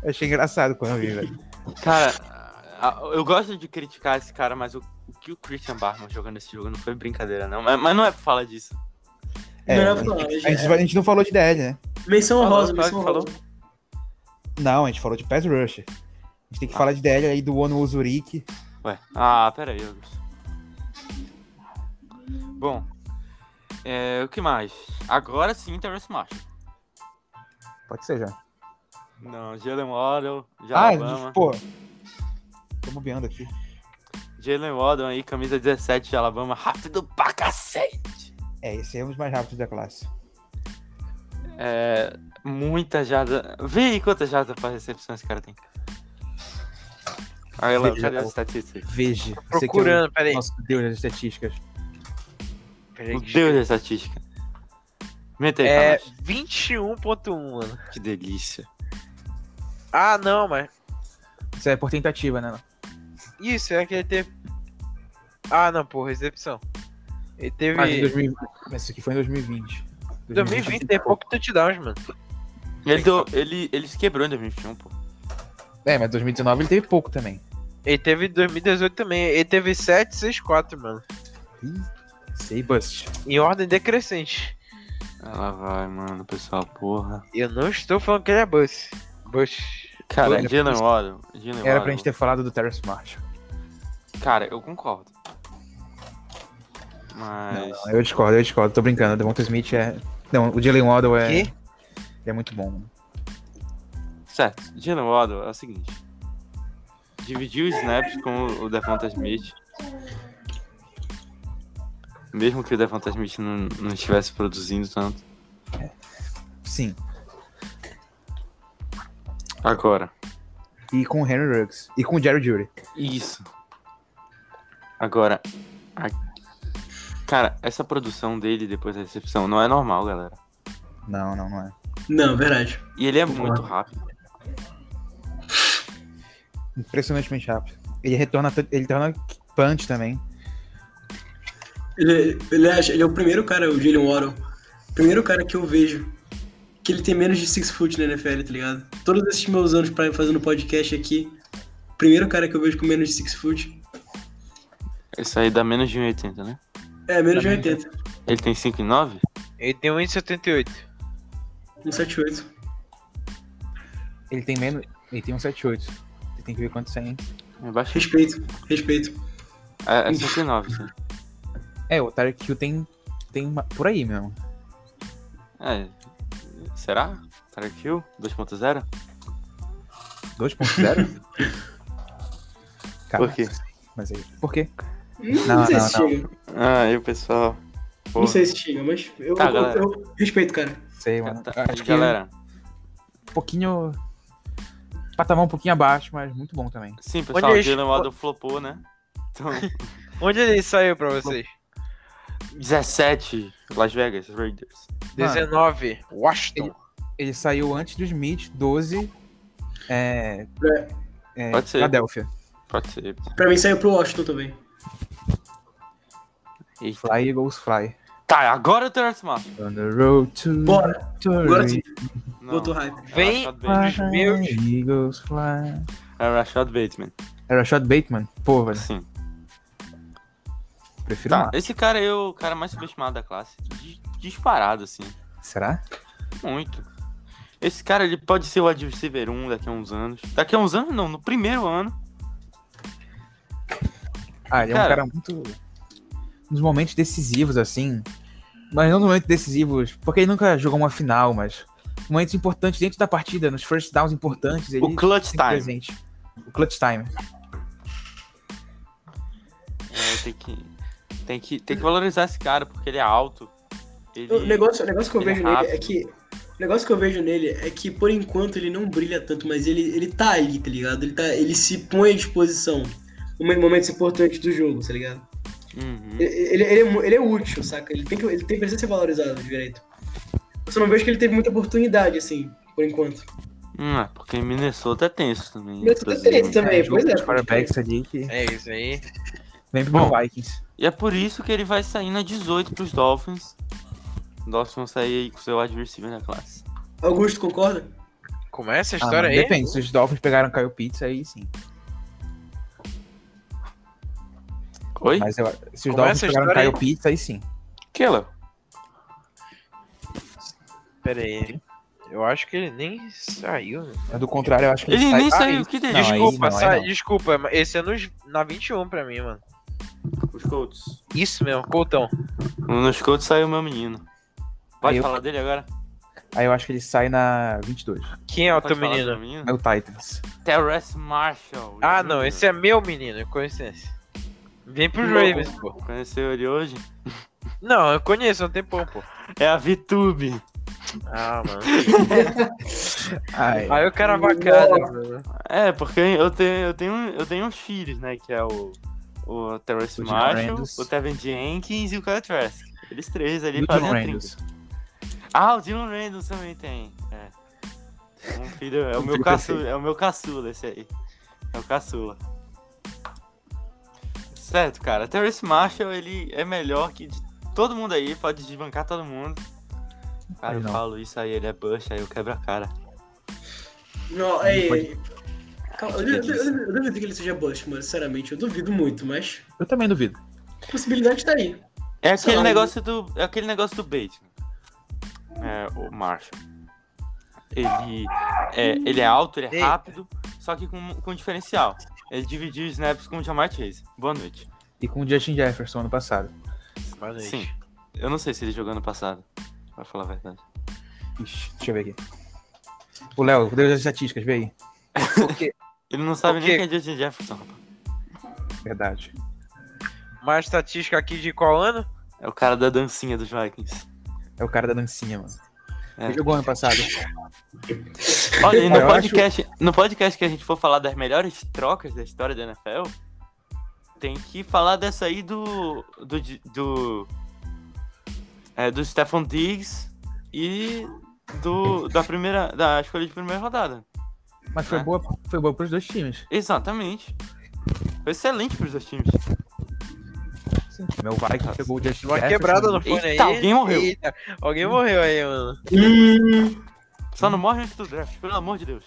Speaker 1: Eu achei engraçado quando eu vi, velho.
Speaker 2: Cara, a- eu gosto de criticar esse cara, mas o, o que o Christian Barman jogando esse jogo não foi brincadeira, não. Mas, mas não é pra falar disso.
Speaker 1: É,
Speaker 4: não era
Speaker 1: a
Speaker 4: pra falar,
Speaker 1: gente- a, gente, a gente não falou de DL, né?
Speaker 4: Menção honrosa,
Speaker 2: Falou,
Speaker 4: menção
Speaker 2: falou,
Speaker 4: honrosa.
Speaker 1: Não, a gente falou de pass rush. A gente tem que falar de DL aí do Ono Uzuriki.
Speaker 2: Ué, ah, peraí, Augusto. Bom, é, o que mais? Agora sim, Terrence Marshall.
Speaker 1: Pode ser já.
Speaker 2: Não, Jalen Waddle,
Speaker 1: ah,
Speaker 2: Alabama.
Speaker 1: pô. Tô bobeando aqui.
Speaker 2: Jalen Waddle aí, camisa 17 de Alabama, rápido pra cacete.
Speaker 1: É, esse é um dos mais rápidos da classe.
Speaker 2: É, muita jarda. Vê aí quantas jardas pra recepção esse cara tem. Aí, Léo, cadê as estatísticas?
Speaker 1: Veja. Você que é o-
Speaker 3: Procurando, peraí.
Speaker 1: Nosso Deus das estatísticas.
Speaker 3: peraí
Speaker 2: O
Speaker 3: que-
Speaker 2: deus da estatística. Mete aí,
Speaker 3: É
Speaker 2: Camacho.
Speaker 3: 21.1, mano.
Speaker 2: Que delícia.
Speaker 3: Ah, não, mas.
Speaker 1: Isso é por tentativa, né?
Speaker 3: Isso, é que ele teve. Ah, não, pô, recepção. Ele teve.
Speaker 1: Mas em 2000 mas isso aqui foi em 2020.
Speaker 3: 2020 tem pouco touchdowns, mano.
Speaker 2: Ele, deu- ele, ele se quebrou em 2021, pô.
Speaker 1: É, mas 2019 ele teve pouco também.
Speaker 3: Ele teve em 2018 também. Ele teve 7, 6, 4, mano.
Speaker 1: Sei, bust.
Speaker 3: Em ordem decrescente.
Speaker 2: Ela Ah, vai, mano, pessoal, porra.
Speaker 3: Eu não estou falando que ele é Bush. Bush.
Speaker 2: Cara,
Speaker 1: Olha,
Speaker 2: Jalen Waddle. Jalen
Speaker 1: Era pra
Speaker 2: Waddle.
Speaker 1: gente ter falado do Terrace Marshall.
Speaker 2: Cara, eu concordo. Mas.
Speaker 1: Não, eu discordo, eu discordo. Tô brincando. O Devonta Smith é... Não, o Jalen Waddle é...
Speaker 3: Que?
Speaker 1: ele é muito bom.
Speaker 2: Certo, Jalen Waddle é o seguinte. Dividiu os snaps com o Devonta Smith. Mesmo que o Devonta Smith não, não estivesse produzindo tanto.
Speaker 1: Sim.
Speaker 2: Agora.
Speaker 1: E com o Henry Ruggs. E com o Jerry Judy.
Speaker 2: Isso. Agora. a- Cara, essa produção dele depois da recepção não é normal, galera.
Speaker 1: Não, não, não é.
Speaker 4: Não, verdade.
Speaker 2: E ele é muito rápido.
Speaker 1: Impressionantemente rápido. Ele retorna... t- Ele torna punch também.
Speaker 4: Ele, ele, é, ele é o primeiro cara, o Jalen Waddle. Primeiro cara que eu vejo que ele tem menos de 6 foot na NFL, tá ligado? Todos esses meus anos pra, fazendo podcast aqui, primeiro cara que eu vejo com menos de 6 foot
Speaker 2: Isso aí dá menos de 1,80, né?
Speaker 4: é menos de
Speaker 1: Também.
Speaker 4: 80,
Speaker 2: Ele tem 5,9?
Speaker 3: Ele tem 1,78.
Speaker 4: 178.
Speaker 1: Ele tem menos... Ele tem um 7-8. Você tem que ver quanto tem.
Speaker 2: É baixo.
Speaker 4: Respeito, respeito.
Speaker 2: É, é 5,9, sim.
Speaker 1: É, o Tarek Hill tem... Tem uma- por aí mesmo.
Speaker 2: É. Será? Tarek Hill 2.0?
Speaker 1: 2.0? Cara,
Speaker 2: Por quê?
Speaker 1: Mas aí, por quê?
Speaker 4: Hum, Não,
Speaker 1: Não,
Speaker 4: sei
Speaker 1: não,
Speaker 4: se
Speaker 1: não.
Speaker 4: chega.
Speaker 2: Ah, e o pessoal.
Speaker 4: Não sei se chega, mas eu,
Speaker 2: Tá,
Speaker 4: eu-
Speaker 2: galera.
Speaker 4: eu respeito, cara.
Speaker 1: Sei,
Speaker 2: Tá,
Speaker 1: mano.
Speaker 2: tá.
Speaker 1: Acho que
Speaker 2: Galera,
Speaker 1: um pouquinho. Patamar um pouquinho abaixo, mas muito bom também.
Speaker 2: sim, pessoal,
Speaker 3: Onde
Speaker 2: o
Speaker 1: (laughs)
Speaker 3: é
Speaker 2: Jalen Waddle flopou, né? Então,
Speaker 3: Onde ele saiu pra vocês?
Speaker 2: 17, Las Vegas Raiders.
Speaker 3: 19, Washington.
Speaker 1: Ele saiu antes do Smith, 12. É. é,
Speaker 2: Pode ser.
Speaker 1: Filadélfia.
Speaker 2: Pode ser.
Speaker 4: Pra mim saiu pro Washington também.
Speaker 2: Eita.
Speaker 1: Fly Eagles Fly.
Speaker 2: Tá, agora o Terrence Marshall.
Speaker 1: On the road to
Speaker 4: Bora,
Speaker 1: victory.
Speaker 4: agora sim,
Speaker 2: Não.
Speaker 4: botou hype.
Speaker 3: Vem-
Speaker 2: É o Rashad Bateman.
Speaker 1: Fly,
Speaker 3: Os meus.
Speaker 1: Eagles Fly.
Speaker 2: É o Rashad Bateman.
Speaker 1: Era Rashad Bateman? Pô, velho,
Speaker 2: Sim.
Speaker 1: prefiro
Speaker 2: Tá.
Speaker 1: Marcos.
Speaker 2: Esse cara aí é o cara mais subestimado da classe. Dis- Disparado, assim.
Speaker 1: Será?
Speaker 2: Muito. Esse cara, ele pode ser o wide receiver 1 daqui a uns anos. Daqui a uns anos, não. No primeiro ano.
Speaker 1: Ah, ele é um
Speaker 2: Cara.
Speaker 1: cara muito. Nos momentos decisivos, assim. Mas não nos momentos decisivos, porque ele nunca jogou uma final, mas. Momentos importantes dentro da partida, nos first downs importantes, ele
Speaker 2: O clutch
Speaker 1: sempre
Speaker 2: time.
Speaker 1: presente. O clutch time.
Speaker 2: É, tem, que, tem, que, tem que valorizar esse cara, porque ele é alto. Ele...
Speaker 4: O negócio, o negócio que eu
Speaker 2: ele é
Speaker 4: vejo nele é
Speaker 2: rápido.
Speaker 4: que. O negócio que eu vejo nele é que, por enquanto, ele não brilha tanto, mas ele, ele tá ali, tá ligado? Ele, tá, ele se põe à disposição em momentos importantes do jogo, tá ligado?
Speaker 2: Uhum.
Speaker 4: Ele, ele, ele é, mu- ele é útil, saca? Ele tem, que, ele tem, precisa ser valorizado direito. Eu só não vejo que ele teve muita oportunidade, assim, por enquanto.
Speaker 2: Hum, é porque Minnesota é tenso também.
Speaker 4: Minnesota é
Speaker 2: inclusive.
Speaker 4: tenso também.
Speaker 1: jogo
Speaker 4: pois é,
Speaker 1: dos
Speaker 4: pode
Speaker 1: quarterbacks ali que
Speaker 3: É isso aí.
Speaker 1: vem pro
Speaker 2: Bom.
Speaker 1: meu Vikings. Ah,
Speaker 2: E é por isso que ele vai sair na 18 pros Dolphins. Os Dolphins vão sair aí com o seu wide receiver na classe.
Speaker 4: Augusto, concorda?
Speaker 3: Começa a
Speaker 1: Ah,
Speaker 3: história
Speaker 1: mas
Speaker 3: aí.
Speaker 1: Depende, se os Dolphins pegaram Kyle Pitts, aí sim.
Speaker 2: Oi?
Speaker 1: Mas eu- se os
Speaker 3: Começa
Speaker 1: Dolphins
Speaker 3: a
Speaker 1: pegaram
Speaker 3: história
Speaker 1: Kyle Pitts, aí sim.
Speaker 2: Que ela?
Speaker 3: Pera aí. Eu acho que ele nem saiu. né?
Speaker 1: Mas do contrário, eu acho que
Speaker 2: Ele
Speaker 1: sai-
Speaker 2: nem
Speaker 1: Ah,
Speaker 2: saiu,
Speaker 1: ele-
Speaker 2: que
Speaker 1: Não, aí
Speaker 2: delícia.
Speaker 3: desculpa,
Speaker 1: não, aí
Speaker 3: sai-
Speaker 1: não.
Speaker 3: desculpa. mas Esse é nos, na 21 pra mim, mano.
Speaker 2: Os Colts.
Speaker 3: Isso mesmo, Coltão.
Speaker 2: Nos Colts saiu meu menino. Pode
Speaker 1: Aí eu-
Speaker 2: falar dele agora?
Speaker 1: Aí eu acho que ele sai na 22.
Speaker 3: Quem é o
Speaker 2: Pode
Speaker 3: teu
Speaker 2: falar do
Speaker 3: menino?
Speaker 2: meu
Speaker 1: É o Titans.
Speaker 2: Terrence Marshall.
Speaker 3: Ah, não, esse é meu menino, coincidência. Vem pros
Speaker 4: Não.
Speaker 3: Ravens,
Speaker 1: é-
Speaker 3: pô.
Speaker 2: Conheceu ele hoje?
Speaker 3: Não, eu conheço há um tempão, pô.
Speaker 2: É a VTube.
Speaker 3: Ah, mano.
Speaker 1: Ai,
Speaker 3: (laughs) Aí o cara é vacada, mano.
Speaker 2: É, porque eu tenho, eu tenho, eu tenho uns filhos, né? Que é o, o Terrence
Speaker 1: O Jim
Speaker 2: Marshall,
Speaker 1: Randles.
Speaker 2: o Tevin Jenkins e o Kyle Trask. Eles três ali
Speaker 1: Newton
Speaker 2: fazem a
Speaker 1: Randles.
Speaker 2: 30. Ah, o Dylan Randall também tem. É. Um filho, é
Speaker 1: (laughs)
Speaker 2: o
Speaker 1: Um
Speaker 2: meu
Speaker 1: filho
Speaker 2: caçula, é o meu caçula esse aí. É o caçula. Certo, cara. Terrence Marshall, ele é melhor que de todo mundo aí, pode desbancar todo mundo. Cara,
Speaker 1: Aí
Speaker 2: eu
Speaker 1: não.
Speaker 2: falo isso aí, ele é bush, aí eu quebro a cara.
Speaker 4: Não, ei,
Speaker 1: pode-
Speaker 4: ei. Calma, eu, duvido- eu duvido- eu duvido que ele seja bust, mano, sinceramente. Eu duvido muito, mas
Speaker 1: Eu também duvido.
Speaker 4: a possibilidade tá aí.
Speaker 2: É
Speaker 4: Sei
Speaker 2: aquele
Speaker 4: lá,
Speaker 2: negócio do. É aquele negócio do Bateman. É, o Marshall. Ele é, ele é alto, ele é
Speaker 3: Eita.
Speaker 2: rápido, só que com, com diferencial. Ele dividiu os snaps com o Jamar Chase. Boa noite.
Speaker 1: E com o Justin Jefferson ano passado.
Speaker 3: Boa noite.
Speaker 2: Sim. Eu não sei se ele jogou no passado, pra falar a verdade.
Speaker 1: Ixi, deixa eu ver aqui. O Léo, o Deus das estatísticas, vê aí.
Speaker 2: Ele não sabe
Speaker 3: O
Speaker 2: nem
Speaker 3: quê?
Speaker 2: quem é Justin Jefferson, rapaz.
Speaker 1: Verdade.
Speaker 3: Mais estatística aqui de qual ano?
Speaker 2: É o cara da dancinha dos Vikings.
Speaker 1: É o cara da dancinha, mano.
Speaker 2: É.
Speaker 1: Ele jogou ano passado.
Speaker 2: Olha, e
Speaker 1: Eu
Speaker 2: no
Speaker 1: acho-
Speaker 2: podcast, no podcast que a gente for falar das melhores trocas da história da NFL, tem que falar dessa aí do. do. do, é, do Stefan Diggs e do. da primeira. da escolha de primeira rodada.
Speaker 1: Mas foi
Speaker 2: É.
Speaker 1: boa, foi boa pros dois times.
Speaker 2: Exatamente. Foi excelente pros dois times.
Speaker 1: Meu Vikings pegou o Justin
Speaker 3: Uma
Speaker 1: Jefferson.
Speaker 3: quebrada no
Speaker 2: Eita,
Speaker 3: fone aí.
Speaker 2: alguém morreu.
Speaker 3: Eita, alguém morreu aí, mano.
Speaker 4: Hum,
Speaker 2: Só não morre antes do draft, pelo amor de Deus.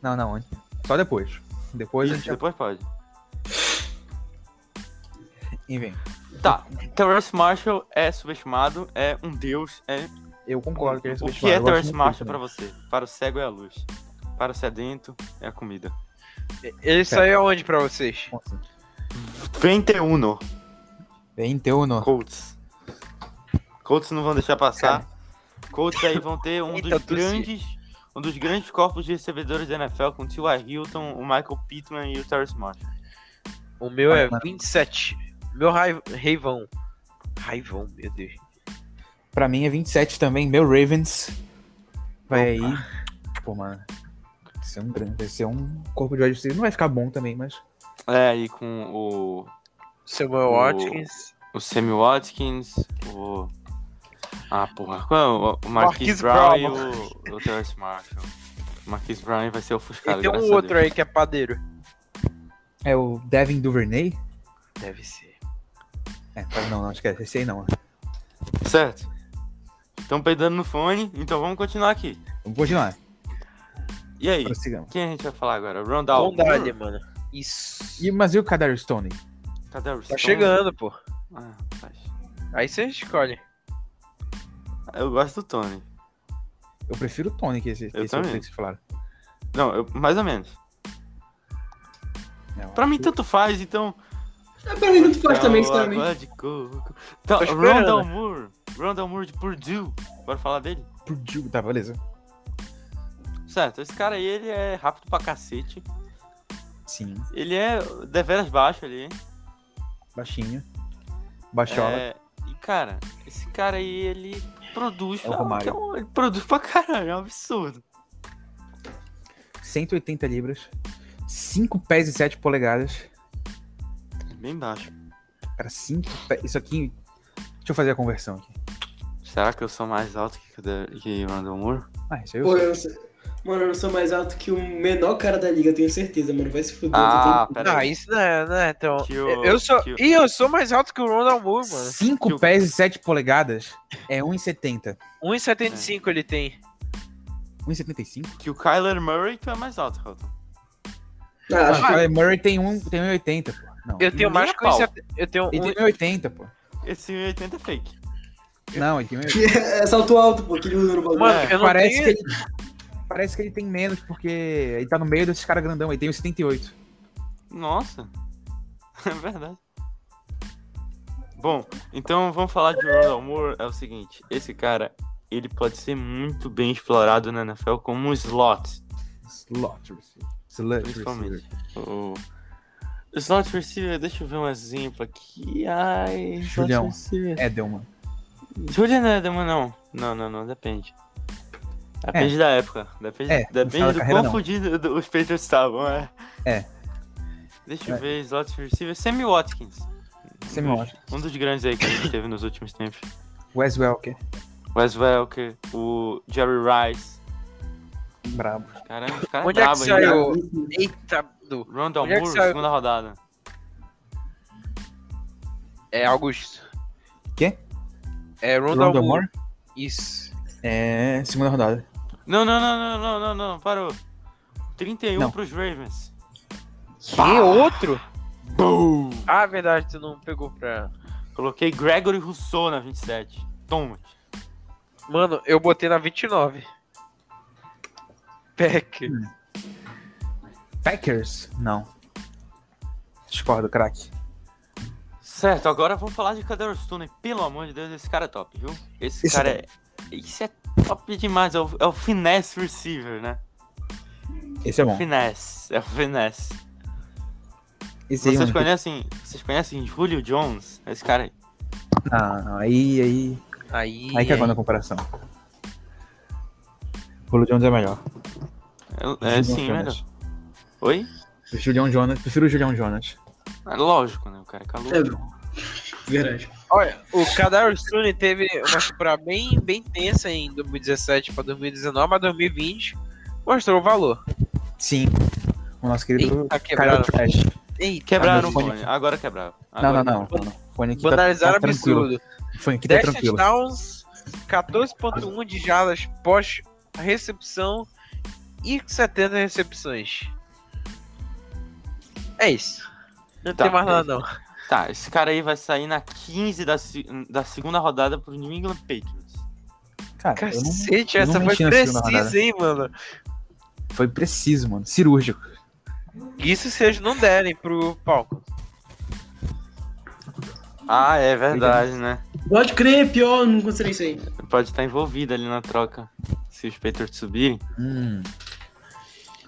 Speaker 1: Não, não. antes. Só depois. Depois a
Speaker 2: Isso,
Speaker 1: gente...
Speaker 2: depois pode.
Speaker 1: Enfim,
Speaker 2: Tá, Terrence Marshall é subestimado, é um deus, é
Speaker 1: eu concordo que ele
Speaker 2: O que
Speaker 1: subestimado.
Speaker 2: é
Speaker 1: Eu gosto
Speaker 2: Terrace
Speaker 1: muito
Speaker 2: Marshall pra
Speaker 1: dele
Speaker 2: você? Para o cego é a luz. Para o sedento é a comida.
Speaker 3: Ele saiu aonde pra vocês?
Speaker 1: também. Assim,
Speaker 2: 21.
Speaker 1: Bem teu, não.
Speaker 2: Colts. Colts não vão deixar passar. Colts aí vão ter um
Speaker 3: Eita,
Speaker 2: dos
Speaker 3: tossi.
Speaker 2: grandes. Um dos grandes corpos de recebedores da NFL com o T.Y. Hilton, o Michael Pittman e o Terrence Marshall.
Speaker 3: O meu é
Speaker 1: Vai, mano.
Speaker 3: 27. Meu rai- Raivão. Raivão, meu Deus.
Speaker 1: Pra mim é 27 também. Meu Ravens vai aí. Pô, mano. Vai ser um grande. Vai ser um corpo de wide receiver. Não vai ficar bom também, mas.
Speaker 2: É, e com É, o.
Speaker 3: Samuel
Speaker 2: O-
Speaker 3: Watkins.
Speaker 2: o Sammy Watkins, o. Ah, porra. Qual é o- O Marquis
Speaker 3: Marquise
Speaker 2: Brown e
Speaker 3: Brown.
Speaker 2: o, o Terrence Marshall. O Marquis Brown vai ser ofuscado.
Speaker 3: E tem
Speaker 2: graças
Speaker 3: um
Speaker 2: a
Speaker 3: outro
Speaker 2: Deus.
Speaker 3: aí que é padeiro.
Speaker 1: É o Devin Duvernay?
Speaker 3: Deve ser.
Speaker 1: É, pera- não, não, esquece. Esse aí não.
Speaker 2: Certo. Estão peidando no fone, então vamos continuar aqui.
Speaker 1: Vamos continuar.
Speaker 2: E aí?
Speaker 1: Prossigamos.
Speaker 2: Quem a gente vai falar agora?
Speaker 3: Tá,
Speaker 2: Rondal. Hum,
Speaker 3: Bondade, mano. Isso.
Speaker 1: E, mas e o Kadar Stone?
Speaker 2: Cadê o
Speaker 3: Tá
Speaker 2: Stone?
Speaker 3: chegando, pô.
Speaker 2: Ah, rapaz.
Speaker 3: Aí você escolhe.
Speaker 2: eu gosto do Tony.
Speaker 1: Eu prefiro o Tony que esse, que
Speaker 2: Eu
Speaker 1: esse outro
Speaker 2: também.
Speaker 1: que vocês falaram.
Speaker 2: Não, eu- mais ou menos.
Speaker 1: Não,
Speaker 2: Pra
Speaker 1: É,
Speaker 2: mim,
Speaker 1: acho-
Speaker 2: tanto faz, então.
Speaker 4: É, pra mim, muito forte também,
Speaker 2: Água
Speaker 4: sinceramente.
Speaker 2: de coco. Então,
Speaker 3: Tô esperando.
Speaker 2: Rondal Moore. Rondal Moore de Purdue. Bora falar dele?
Speaker 1: Por Deus, Tá, beleza.
Speaker 2: Certo, esse cara aí, ele é rápido pra cacete.
Speaker 1: Sim.
Speaker 2: Ele é deveras baixo ali.
Speaker 1: Baixinho. Baixola.
Speaker 2: É, e, cara, esse cara aí, ele produz.
Speaker 1: É o
Speaker 2: pra-
Speaker 1: Romário.
Speaker 2: que é um- ele produz pra caralho, é um absurdo.
Speaker 1: 180 libras. 5 pés e 7 polegadas.
Speaker 2: Bem baixo.
Speaker 1: Cara, 5 pés. Isso aqui. Deixa eu fazer a conversão aqui.
Speaker 2: Será que eu sou mais alto que, o de- que o Rondal Moore?
Speaker 1: Ah, isso aí eu
Speaker 4: Pô,
Speaker 1: sei.
Speaker 4: eu não sei. Mano, eu não sou mais alto que o menor cara da liga, eu tenho certeza, mano. Vai se fuder.
Speaker 2: Ah,
Speaker 4: eu tenho-
Speaker 2: pera
Speaker 3: Ah,
Speaker 2: aí.
Speaker 3: isso não é, não é, então.
Speaker 2: Que o-
Speaker 3: Eu sou.
Speaker 2: que o-
Speaker 3: Ih, eu sou mais alto que o Ronald Moore, mano.
Speaker 1: 5
Speaker 2: Que o-
Speaker 1: pés e 7 polegadas é 1,70.
Speaker 3: 1,75 ele tem.
Speaker 1: 1,75?
Speaker 2: Que o Kyler Murray tu é mais alto, Halton.
Speaker 4: Ah,
Speaker 1: Ah,
Speaker 4: acho que-
Speaker 1: o Murray tem 1,80, tem 1,80, pô. Não.
Speaker 3: Eu tenho
Speaker 2: Nem
Speaker 3: mais
Speaker 2: a
Speaker 3: que
Speaker 2: pau.
Speaker 3: 1,70. Eu tenho
Speaker 1: Ele
Speaker 3: um.
Speaker 1: tem 1,80, pô.
Speaker 2: Esse 1,80 é fake.
Speaker 1: Não, ele tem 1,80.
Speaker 4: é salto alto, pô, que ele usa no bagulho.
Speaker 3: Mano,
Speaker 2: É,
Speaker 3: eu não
Speaker 1: Parece
Speaker 3: tenho.
Speaker 1: que, ele, parece que ele tem menos, porque ele tá no meio desses caras grandão. Ele tem 1,78.
Speaker 2: Nossa. (laughs) É verdade. Bom, então vamos falar de Ronald Moore. É o seguinte, esse cara, ele pode ser muito bem explorado na NFL como um slot,
Speaker 1: Slot receiver. Slot
Speaker 2: principalmente.
Speaker 1: receiver.
Speaker 2: O slot receiver, deixa eu ver um exemplo aqui. Ai, slot
Speaker 1: Julião.
Speaker 2: receiver.
Speaker 1: Edelman.
Speaker 2: Julian Edelman não. Não, não, não, depende. Depende da época. Depende,
Speaker 1: É, no final da
Speaker 2: depende do
Speaker 1: carreira,
Speaker 2: quão
Speaker 1: não.
Speaker 2: fodido do- os Patriots estavam, é.
Speaker 1: É.
Speaker 2: Deixa
Speaker 3: É.
Speaker 2: eu ver, slot receiver. Sammy Watkins.
Speaker 1: Sammy
Speaker 2: Um dos-
Speaker 1: Watkins.
Speaker 2: Um dos grandes aí que a gente teve nos últimos tempos.
Speaker 1: Wes Welker.
Speaker 2: Wes Welker, o Jerry Rice.
Speaker 1: Brabo.
Speaker 2: Caramba, os caras
Speaker 3: Onde é que
Speaker 2: bravos
Speaker 3: saiu?
Speaker 2: ainda.
Speaker 3: Eita, do.
Speaker 2: Rondell
Speaker 3: Onde é que
Speaker 2: Moore,
Speaker 3: saiu?
Speaker 2: segunda rodada.
Speaker 3: É Augusto.
Speaker 1: Quê?
Speaker 3: É Ronald
Speaker 1: Rondell
Speaker 3: Moore.
Speaker 1: Moore?
Speaker 3: Isso.
Speaker 1: É, segunda rodada.
Speaker 2: Não, não, não, não, não, não, não, parou. 31
Speaker 1: Não.
Speaker 2: pros Ravens.
Speaker 3: Que outro? Ah, verdade, tu não pegou pra.
Speaker 2: Coloquei Gregory Rousseau na 27. Toma.
Speaker 3: Mano, eu botei na 29. Peck.
Speaker 1: Packers? Não. Discordo, craque.
Speaker 2: Certo, agora vamos falar de Cadero Stone. Pelo amor de Deus, esse cara é top, viu? Esse
Speaker 1: Esse
Speaker 2: cara é. Isso é top demais. É o, é o finesse receiver, né?
Speaker 1: Esse é bom.
Speaker 2: Finesse. É o finesse.
Speaker 1: Esse aí é
Speaker 2: Vocês
Speaker 1: um-
Speaker 2: conhecem. Vocês conhecem Julio Jones? Esse cara é, aí.
Speaker 1: Ah, Não, não, aí, aí.
Speaker 3: Aí.
Speaker 1: Aí é cagou na comparação. O Julio Jones é melhor.
Speaker 2: É,
Speaker 1: Julião
Speaker 2: é sim, melhor.
Speaker 1: Jonas.
Speaker 2: Oi?
Speaker 1: O Julião Jonas. Prefiro o Julião Jonas.
Speaker 2: É lógico, né? O cara é calor.
Speaker 4: É, bro. Verdade.
Speaker 3: Olha, o Kadar Stone teve uma temporada bem, bem tensa em 2017 pra 2019, mas 2020 mostrou o valor.
Speaker 1: Sim. O nosso querido é
Speaker 3: Eita,
Speaker 1: Kyle
Speaker 3: quebraram.
Speaker 1: Trash.
Speaker 3: Eita,
Speaker 2: Quebraram o
Speaker 1: Ah, meu fone.
Speaker 2: fone. Agora quebraram.
Speaker 1: Não, não,
Speaker 2: Agora
Speaker 1: não.
Speaker 2: quebraram.
Speaker 1: não, não. O Fone aqui tá,
Speaker 3: Banalizaram
Speaker 1: tá tranquilo.
Speaker 3: absurdo.
Speaker 1: O Fone aqui tá
Speaker 3: 10
Speaker 1: tranquilo.
Speaker 3: touchdowns, 14.1 de jalas pós recepção e 70 recepções. É isso. Não
Speaker 2: Tá,
Speaker 3: tem mais nada
Speaker 2: beleza.
Speaker 3: não.
Speaker 2: Tá, esse cara aí vai sair na 15 da, se- da segunda rodada pro New England Patriots.
Speaker 1: Cara, eu não-
Speaker 3: Cacete,
Speaker 1: eu não
Speaker 3: essa foi
Speaker 1: mexi na segunda
Speaker 3: precisa,
Speaker 1: rodada.
Speaker 3: hein, mano.
Speaker 1: foi preciso, mano. Cirúrgico.
Speaker 3: Isso se eles não derem pro palco.
Speaker 2: Ah, é verdade, né?
Speaker 4: Pode crer, pior, não considerei isso aí.
Speaker 2: Pode estar envolvido ali na troca. Se os Patriots subirem.
Speaker 1: Hum,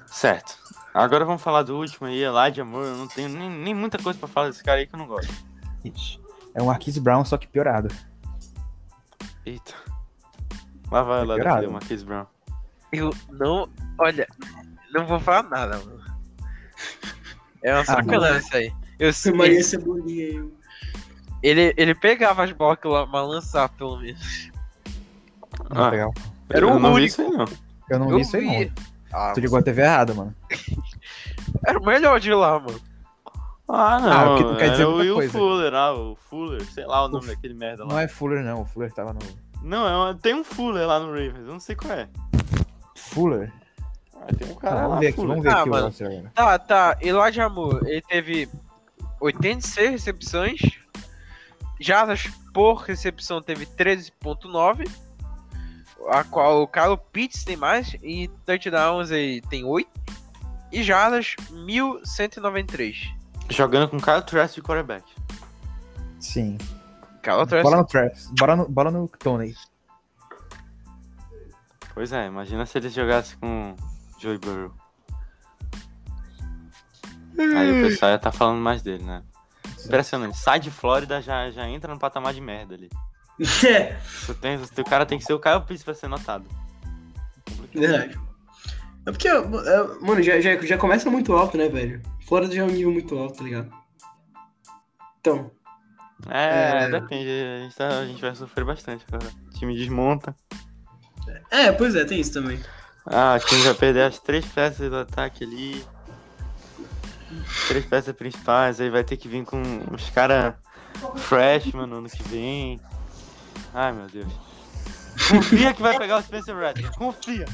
Speaker 2: Certo. Agora vamos falar do último aí, Elijah Moore. Eu não tenho nem, nem muita coisa pra falar desse cara aí que eu não gosto.
Speaker 1: ixi. é um Marquise Brown, só que piorado.
Speaker 2: Eita. Lá vai lá
Speaker 1: Piorado.
Speaker 2: defender o Marquis Brown.
Speaker 3: Eu não. Olha, não vou falar nada, mano.
Speaker 1: Ah,
Speaker 3: É uma sacanagem isso aí. Eu,
Speaker 4: Você
Speaker 3: sei-
Speaker 4: é Maria Cebolinha aí.
Speaker 3: Ele, ele pegava as bolas que lá- mas lançava, pelo menos.
Speaker 1: Não, tá
Speaker 2: Ah.
Speaker 1: legal.
Speaker 3: Era
Speaker 2: eu
Speaker 3: o
Speaker 2: não vi
Speaker 3: único.
Speaker 2: isso aí, não.
Speaker 1: Eu não
Speaker 3: Eu
Speaker 1: vi isso aí,
Speaker 3: vi.
Speaker 1: não.
Speaker 3: Ah,
Speaker 1: Tu ligou a TV errada, mano.
Speaker 3: era o melhor de lá, mano.
Speaker 2: Ah,
Speaker 1: Ah,
Speaker 2: não.
Speaker 1: o que não quer dizer
Speaker 2: era o
Speaker 1: muita
Speaker 2: Will
Speaker 1: coisa.
Speaker 2: Fuller, ah, o Fuller, sei lá o nome
Speaker 1: O-
Speaker 2: daquele merda
Speaker 1: Não
Speaker 2: lá.
Speaker 1: é Fuller, não. O Fuller tava no.
Speaker 2: Não, é uma- tem um Fuller lá no Ravens, eu não sei qual é.
Speaker 1: Fuller?
Speaker 2: Ah, tem um cara
Speaker 1: Ah,
Speaker 2: lá,
Speaker 1: vamos ver aqui,
Speaker 2: Fuller.
Speaker 1: vamos ver
Speaker 3: Ah,
Speaker 1: aqui o
Speaker 3: mano.
Speaker 1: roster agora.
Speaker 3: Tá, tá. Elijah Jamur, ele teve 86 recepções. Jardas por recepção teve 13.9. A qual o Carlos Pitts tem mais. E touchdowns ele tem 8. E jardas 1193.
Speaker 2: Jogando com o cara trash de quarterback.
Speaker 1: Sim.
Speaker 3: Carlos
Speaker 1: Bola no Travis. Bola no, bola no Tony.
Speaker 2: Pois é, imagina se ele jogasse com Joey Burrow. Aí o pessoal ia tá falando mais dele, né? Impressionante. Sai de Flórida, já, já entra no patamar de merda ali.
Speaker 4: (laughs) É,
Speaker 2: Tu tem, tu- o cara tem que ser o Caio Pitts pra ser notado.
Speaker 4: verdade. É porque, é, mano, já, já, já começa muito alto, né, velho? Florida já é um nível muito alto, tá ligado? Então,
Speaker 2: É, depende. A gente, tá- a gente vai sofrer bastante, cara. O time desmonta.
Speaker 4: é, pois é, tem isso também.
Speaker 2: Ah, o time vai perder as três peças do ataque ali. Três peças principais, aí vai ter que vir com os caras freshman no ano que vem. Ai meu Deus. Confia que vai pegar o Spencer Rattler. Confia,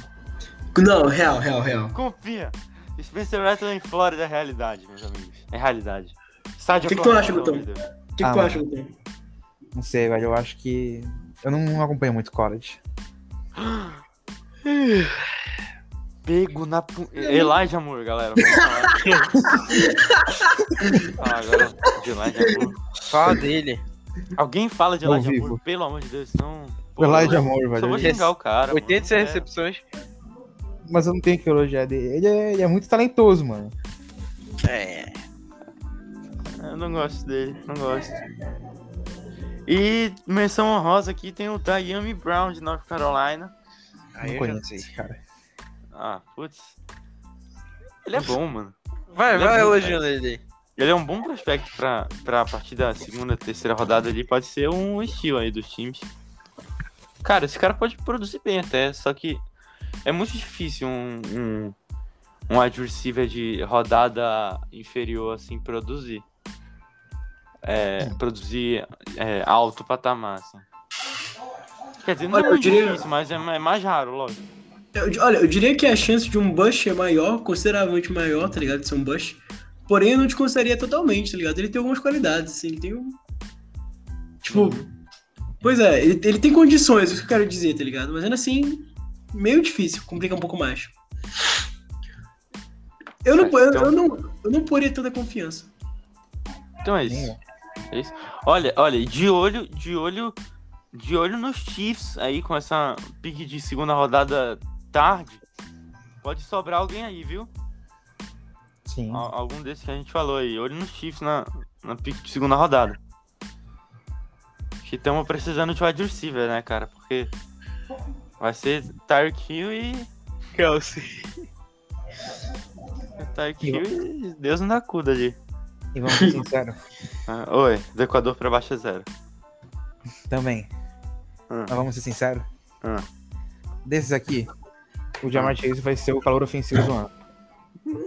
Speaker 4: Não, real, real, real.
Speaker 2: confia. Spencer Rattler em Flórida é realidade, meus amigos. É realidade. Estádio
Speaker 4: Que que tu
Speaker 2: Oklahoma,
Speaker 4: acha,
Speaker 2: pelo
Speaker 4: Gutão?
Speaker 2: amor de Deus.
Speaker 4: O que,
Speaker 1: Ah,
Speaker 4: que tu
Speaker 1: mano.
Speaker 4: acha, Lucão?
Speaker 1: Não sei, velho. Eu acho que. Eu não acompanho muito college.
Speaker 2: Pego na. Pu... Elijah Moore, galera. Vamos
Speaker 4: (laughs)
Speaker 2: falar. ah, agora de Elijah Moore.
Speaker 3: Fala dele.
Speaker 2: Alguém fala de
Speaker 1: Ao
Speaker 2: Elijah
Speaker 1: vivo.
Speaker 2: Moore, pelo amor de Deus, senão.
Speaker 1: O Elijah Moore,
Speaker 2: Só vou
Speaker 1: é velho.
Speaker 2: xingar o cara.
Speaker 3: 86
Speaker 2: mano. É,
Speaker 3: recepções.
Speaker 1: Mas eu não tenho que elogiar dele. Ele é, ele é muito talentoso, mano.
Speaker 3: É.
Speaker 2: É, eu não gosto dele, não gosto. E menção honrosa aqui tem o Tayami Brown de North Carolina.
Speaker 3: Aí
Speaker 1: não
Speaker 3: eu já não
Speaker 1: conheço
Speaker 3: sei.
Speaker 1: esse cara.
Speaker 2: Ah, putz. Ele é bom, mano.
Speaker 3: Vai,
Speaker 2: Ele é
Speaker 3: vai
Speaker 2: bom,
Speaker 3: elogiando ele. aí.
Speaker 2: Ele é um bom prospecto pra, pra partir da segunda, terceira rodada ali. Pode ser um estilo aí dos times. Cara, esse cara pode produzir bem até, só que é muito difícil um, um, um wide receiver de rodada inferior assim produzir. É, produzir é, alto patamar. Assim. Quer dizer, não
Speaker 4: Olha,
Speaker 2: é
Speaker 4: eu
Speaker 2: muito
Speaker 4: diria-
Speaker 2: difícil, mas é, ma- é mais raro, lógico.
Speaker 4: Eu di- olha, eu diria que a chance de um Bush é maior, consideravelmente maior, tá ligado? De ser um Bush. Porém, eu não desconfiaria totalmente, tá ligado? Ele tem algumas qualidades, assim, ele tem um. Tipo. Pois é, ele, ele tem condições, é isso que eu quero dizer, tá ligado? Mas ainda assim, meio difícil, complica um pouco mais. Eu não, eu, eu não, eu não poria tanta confiança.
Speaker 2: Então é
Speaker 1: Nem
Speaker 2: isso.
Speaker 1: eu.
Speaker 2: Olha, olha, de olho, de olho, de olho nos Chiefs aí com essa pique de segunda rodada tarde. Pode sobrar alguém aí, viu?
Speaker 1: Sim.
Speaker 2: Al- algum desses que a gente falou aí. Olho nos Chiefs na, na pique de segunda rodada. Que estamos precisando de wide receiver, né, cara? Porque vai ser Tyreek Hill e.
Speaker 3: Kelsey.
Speaker 2: Tyreek Hill e Deus não dá cuda ali.
Speaker 1: E vamos
Speaker 3: (laughs)
Speaker 1: ser sinceros.
Speaker 2: Ah, Oi, do Equador pra baixo é zero.
Speaker 1: Também.
Speaker 2: Ah.
Speaker 1: Mas vamos ser sinceros.
Speaker 2: Ah.
Speaker 1: Desses aqui, o Jamar Chase vai ser o calor ofensivo do ano.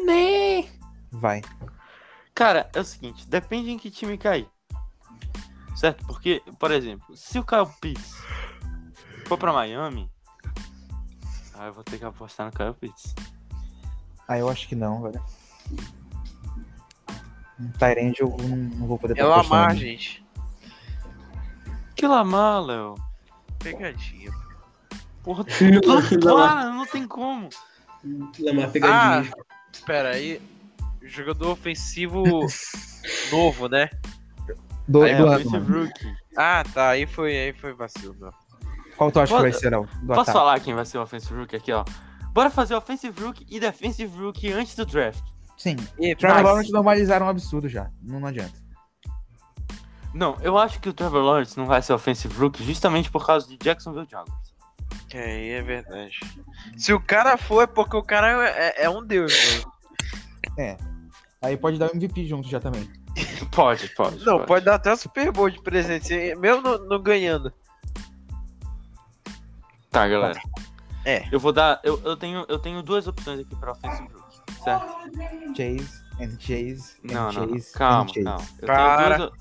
Speaker 2: Nem!
Speaker 3: Né?
Speaker 1: Vai.
Speaker 2: Cara, é o seguinte, depende em que time cair. Certo? Porque, por exemplo, se o Kyle Pitts for pra Miami, ah, eu vou ter que apostar no Kyle Pitts.
Speaker 1: Ah, eu acho que não, velho. Um Tyrande eu não, não vou poder
Speaker 3: É
Speaker 1: apostar
Speaker 3: Lamar,
Speaker 1: nele.
Speaker 3: gente.
Speaker 2: Que lamar, Léo.
Speaker 3: Pegadinha.
Speaker 2: Porra,
Speaker 4: Lamar,
Speaker 2: para, não tem como.
Speaker 4: Lamar, pegadinha.
Speaker 3: Ah, Pera aí. Jogador ofensivo (laughs) novo, né?
Speaker 1: Do,
Speaker 2: é,
Speaker 1: do ano,
Speaker 2: Vince
Speaker 1: mano.
Speaker 2: Rookie.
Speaker 3: Ah, tá. Aí foi, aí foi vacilo. Não.
Speaker 1: Qual tu acha que
Speaker 2: Pô,
Speaker 1: vai ser, Léo? Do
Speaker 2: Posso
Speaker 1: ataque?
Speaker 2: falar quem vai ser o Offensive Rookie aqui, ó? Bora fazer Offensive Rookie e Defensive Rookie antes do draft.
Speaker 1: Sim.
Speaker 3: E,
Speaker 1: Trevor
Speaker 2: Nice.
Speaker 1: Lawrence normalizaram um absurdo já. Não, não adianta.
Speaker 2: Não, eu acho que o Trevor Lawrence não vai ser Offensive Rookie justamente por causa de Jacksonville Jaguars.
Speaker 3: É, aí é verdade. é né? Se o cara for, é porque o cara é, é um deus, mano.
Speaker 1: Aí pode dar o MVP junto já também.
Speaker 2: Pode, pode.
Speaker 3: Não, pode dar até o Super Bowl de presente, se- mesmo não, não ganhando.
Speaker 2: Tá, galera.
Speaker 3: É.
Speaker 2: Eu vou dar. Eu, eu, tenho, eu tenho duas opções aqui pra Offensive Rookie, certo?
Speaker 1: Chase, and Chase, and
Speaker 2: Não, não. não.
Speaker 1: Chase,
Speaker 2: Calma,
Speaker 1: and Chase.
Speaker 2: calma. Eu
Speaker 3: Para.
Speaker 2: tenho duas.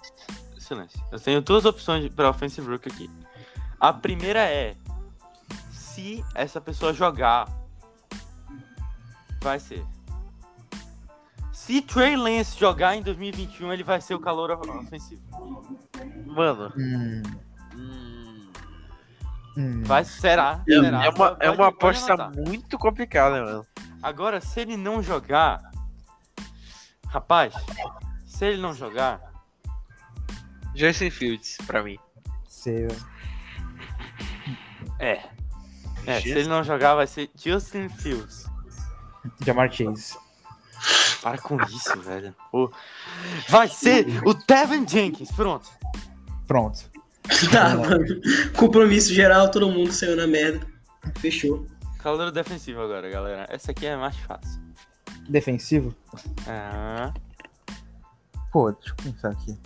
Speaker 2: o- Silêncio. Eu tenho duas opções de- pra Offensive Rookie aqui. A primeira é. Se essa pessoa jogar. Vai ser. Se Trey Lance jogar em 2021, ele vai ser o calor ofensivo.
Speaker 3: Mano.
Speaker 1: Hum,
Speaker 3: hum,
Speaker 1: hum.
Speaker 2: Vai, será?
Speaker 4: É-
Speaker 1: Tá,
Speaker 2: será,
Speaker 3: É uma, é
Speaker 2: pode-
Speaker 3: uma
Speaker 2: pode
Speaker 3: aposta
Speaker 2: anotar.
Speaker 3: muito complicada, mano.
Speaker 2: Agora, se ele não jogar. Rapaz, se ele não jogar.
Speaker 3: Justin Fields, pra mim.
Speaker 1: Seu-
Speaker 2: É. É, se
Speaker 3: Justin-
Speaker 2: ele não jogar, vai ser Justin Fields.
Speaker 1: Jamar Chase.
Speaker 2: Para com isso, velho. Pô. Vai ser o Tevin Jenkins. Pronto.
Speaker 1: Pronto.
Speaker 4: (laughs) Tá, mano. Compromisso geral, todo mundo saiu na merda. Fechou.
Speaker 2: Calor defensivo agora, galera. Essa aqui é mais fácil.
Speaker 1: Defensivo?
Speaker 2: Ah,
Speaker 1: Pô, deixa eu pensar aqui.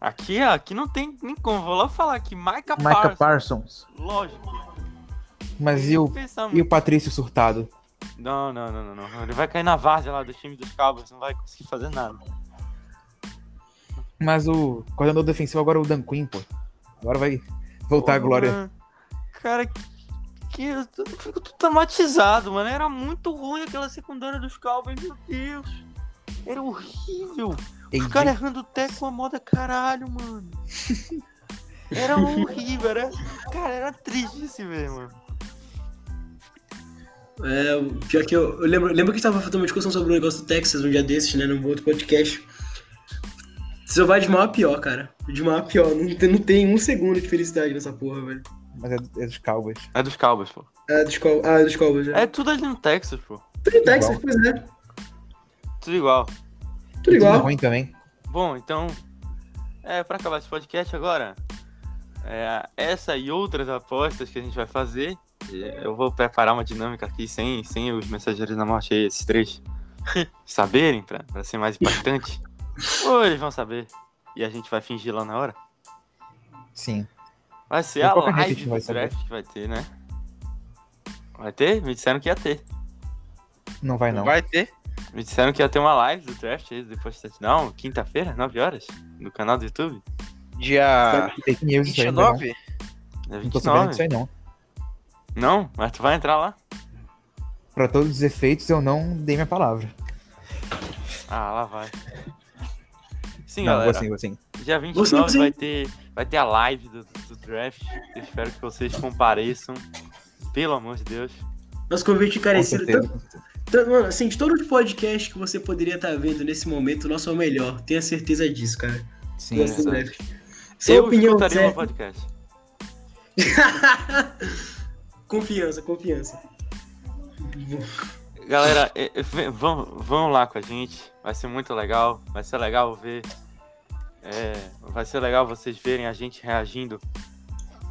Speaker 2: aqui, ó, aqui não tem nem como. Vou lá falar que Micah
Speaker 1: Micah
Speaker 2: Parsons.
Speaker 1: Parsons.
Speaker 2: Lógico.
Speaker 1: Mas e o,
Speaker 2: Pensar
Speaker 1: e
Speaker 2: muito.
Speaker 1: o Patrício Surtado?
Speaker 2: Não, não, não, não, não. Ele vai cair na várzea lá do time dos Cowboys. Não vai conseguir fazer nada.
Speaker 1: Mas o coordenador defensivo agora é o Dan Quinn, pô. Agora vai voltar a
Speaker 2: Porra,
Speaker 1: glória.
Speaker 2: Cara, que, que eu tô- eu fico tudo traumatizado, mano. Era muito ruim aquela secundária dos Cowboys, meu Deus. Era horrível. Os
Speaker 1: AJ
Speaker 2: caras errando o teco a moda
Speaker 1: (laughs)
Speaker 2: caralho, mano. Era horrível, era. Cara, era triste esse ver, mano.
Speaker 4: É, o pior que eu, eu lembro, eu lembro que estava fazendo uma discussão sobre o negócio do Texas um dia desses, né? Num outro podcast. Só vai de mal a pior, cara. De mal a pior. Não tem, não tem um segundo de felicidade nessa porra, velho.
Speaker 1: Mas é, é dos Cowboys.
Speaker 2: É dos Cowboys, pô.
Speaker 4: Ah, dos Cowboys. Ah, dos Cowboys.
Speaker 2: É
Speaker 4: É.
Speaker 2: tudo ali no Texas, pô.
Speaker 4: Tudo Texas, pois é.
Speaker 2: Tudo igual.
Speaker 4: Tudo
Speaker 1: Tudo
Speaker 4: igual.
Speaker 1: ruim também.
Speaker 2: Bom, então, é para acabar esse podcast agora. é, essa e outras apostas que a gente vai fazer. é, Eu vou preparar uma dinâmica aqui sem, sem os mensageiros da morte aí, esses três, (laughs) saberem, pra, pra ser
Speaker 1: (laughs)
Speaker 2: mais impactante. Ou eles vão saber. E a gente vai fingir lá na hora.
Speaker 1: Sim.
Speaker 2: Vai ser
Speaker 1: Tem
Speaker 2: a
Speaker 1: pouca gente
Speaker 2: live
Speaker 1: é que
Speaker 2: do
Speaker 1: vai
Speaker 2: draft
Speaker 1: saber.
Speaker 2: que vai ter, né? Vai ter? Me disseram que ia ter.
Speaker 1: Não vai não.
Speaker 3: Vai ter?
Speaker 2: Me disseram que ia ter uma live do draft aí depois do touchdown, quinta-feira, 9 horas, no canal do YouTube.
Speaker 3: Dia
Speaker 1: Fake news né? isso aí, não vai não.
Speaker 3: 29?
Speaker 2: É
Speaker 1: Não tô sabendo disso
Speaker 2: 29.
Speaker 1: aí não.
Speaker 2: Não? Mas tu vai entrar lá?
Speaker 1: Pra todos os efeitos, eu não dei minha palavra.
Speaker 2: Ah, lá vai. Sim,
Speaker 1: não, assim,
Speaker 2: galera.
Speaker 1: vou sim, vou sim.
Speaker 2: Dia
Speaker 4: Você não
Speaker 2: 29 vai ter, vai ter a live do, do draft. Eu espero que vocês compareçam. Pelo amor de Deus.
Speaker 4: Nosso convite
Speaker 1: Com
Speaker 4: encarecido.
Speaker 1: certeza.
Speaker 4: Tanto- Mano, assim, de todo podcast que você poderia estar vendo nesse momento, o nosso é o melhor. Tenha certeza disso, cara.
Speaker 1: Sim.
Speaker 4: Tenha certeza.
Speaker 2: verdade.
Speaker 4: Sua
Speaker 2: eu
Speaker 4: opinião,
Speaker 2: escutaria
Speaker 4: Zé.
Speaker 2: um
Speaker 4: (laughs)
Speaker 2: podcast.
Speaker 4: confiança, confiança.
Speaker 2: Galera, eh, eh, vem- vão, vão lá com a gente. Vai ser muito legal. Vai ser legal ver. é, vai ser legal vocês verem a gente reagindo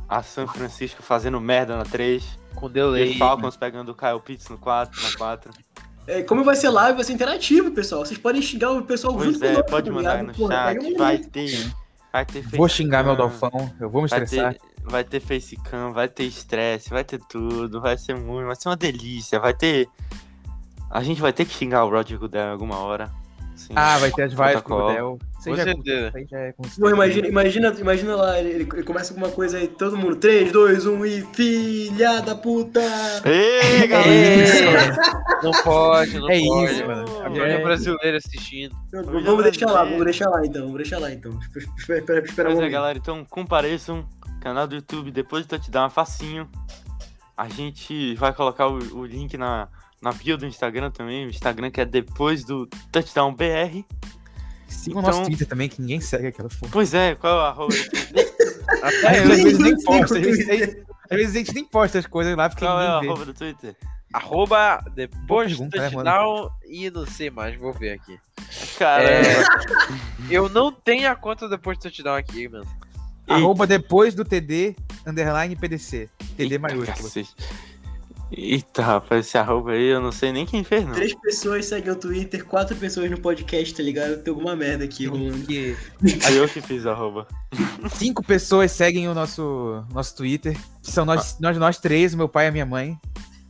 Speaker 2: a São Francisco fazendo merda na 3.
Speaker 3: Com
Speaker 2: E
Speaker 3: delay.
Speaker 2: Falcons pegando o Kyle Pitts no 4, na 4.
Speaker 4: É, como vai ser live, vai ser interativo, pessoal. Vocês podem xingar o pessoal
Speaker 2: Pois
Speaker 4: junto
Speaker 2: é,
Speaker 4: conosco,
Speaker 2: pode
Speaker 4: tá
Speaker 2: mandar aí
Speaker 4: ligado?
Speaker 2: no
Speaker 4: Porra, aí é um
Speaker 2: chat.
Speaker 4: momento.
Speaker 2: Vai ter. Vai ter
Speaker 1: Vou
Speaker 2: face
Speaker 1: xingar meu
Speaker 2: cam,
Speaker 1: Dolfão, eu vou me
Speaker 2: Vai
Speaker 1: estressar.
Speaker 2: ter, vai ter facecam, vai ter estresse, vai ter tudo, vai ser muito, vai ser uma delícia, vai ter. A gente vai ter que xingar o Roger Goodell em alguma hora. Sim.
Speaker 1: Ah, vai ter as vibes do
Speaker 2: Protocolo.
Speaker 1: Godel.
Speaker 3: Com certeza.
Speaker 1: Aí já é com
Speaker 4: Pô, imagina, imagina, imagina lá, ele, ele começa com uma coisa aí, todo mundo. 3, 2, 1 e filha da puta!
Speaker 2: Ei, galera!
Speaker 3: Ei, não pode, não
Speaker 1: É
Speaker 3: pode.
Speaker 1: isso, mano.
Speaker 2: Olha,
Speaker 3: Família
Speaker 1: É-
Speaker 3: brasileira assistindo.
Speaker 4: Vamos vamos deixar lá, vamos deixar lá então, vamos deixar lá então. Espera, espera, espera um
Speaker 2: Pois é,
Speaker 4: momento.
Speaker 2: galera, então compareçam. Canal do YouTube, depois do touchdown, é facinho. A gente vai colocar o, o link na, na bio do Instagram também. O Instagram que é depois do touchdown BR.
Speaker 1: Siga o nosso
Speaker 2: Então-
Speaker 1: Twitter também, que ninguém segue aquela porra.
Speaker 2: Pois é, qual é o arroba?
Speaker 1: É,
Speaker 3: Até
Speaker 1: às
Speaker 3: eu.
Speaker 1: vezes
Speaker 4: Ninguém
Speaker 1: nem posta, às
Speaker 4: segue o
Speaker 1: vezes nem- às vezes a gente nem posta as coisas lá, porque
Speaker 2: Qual é o
Speaker 1: ninguém vê.
Speaker 2: arroba do Twitter?
Speaker 3: Arroba depois do
Speaker 1: pergunta, né, mano? Hum.
Speaker 3: touchdown e não sei mais, vou ver aqui.
Speaker 2: Caramba.
Speaker 1: É,
Speaker 3: Eu não tenho a conta depois do touchdown aqui, mano.
Speaker 2: Eita.
Speaker 1: Arroba depois do TD, underline PDC. TD
Speaker 2: Eita,
Speaker 1: maiúsculo.
Speaker 2: cacete. Eita, rapaz, esse arroba aí, eu não sei nem quem fez, não.
Speaker 4: Três pessoas seguem o Twitter, quatro pessoas no podcast, tá ligado? Tem alguma merda aqui rolando.
Speaker 1: Que
Speaker 2: Aí eu que fiz o arroba.
Speaker 1: cinco pessoas seguem o nosso, nosso Twitter, que são
Speaker 2: Ah.
Speaker 1: nós, nós, nós três, meu pai e a minha mãe.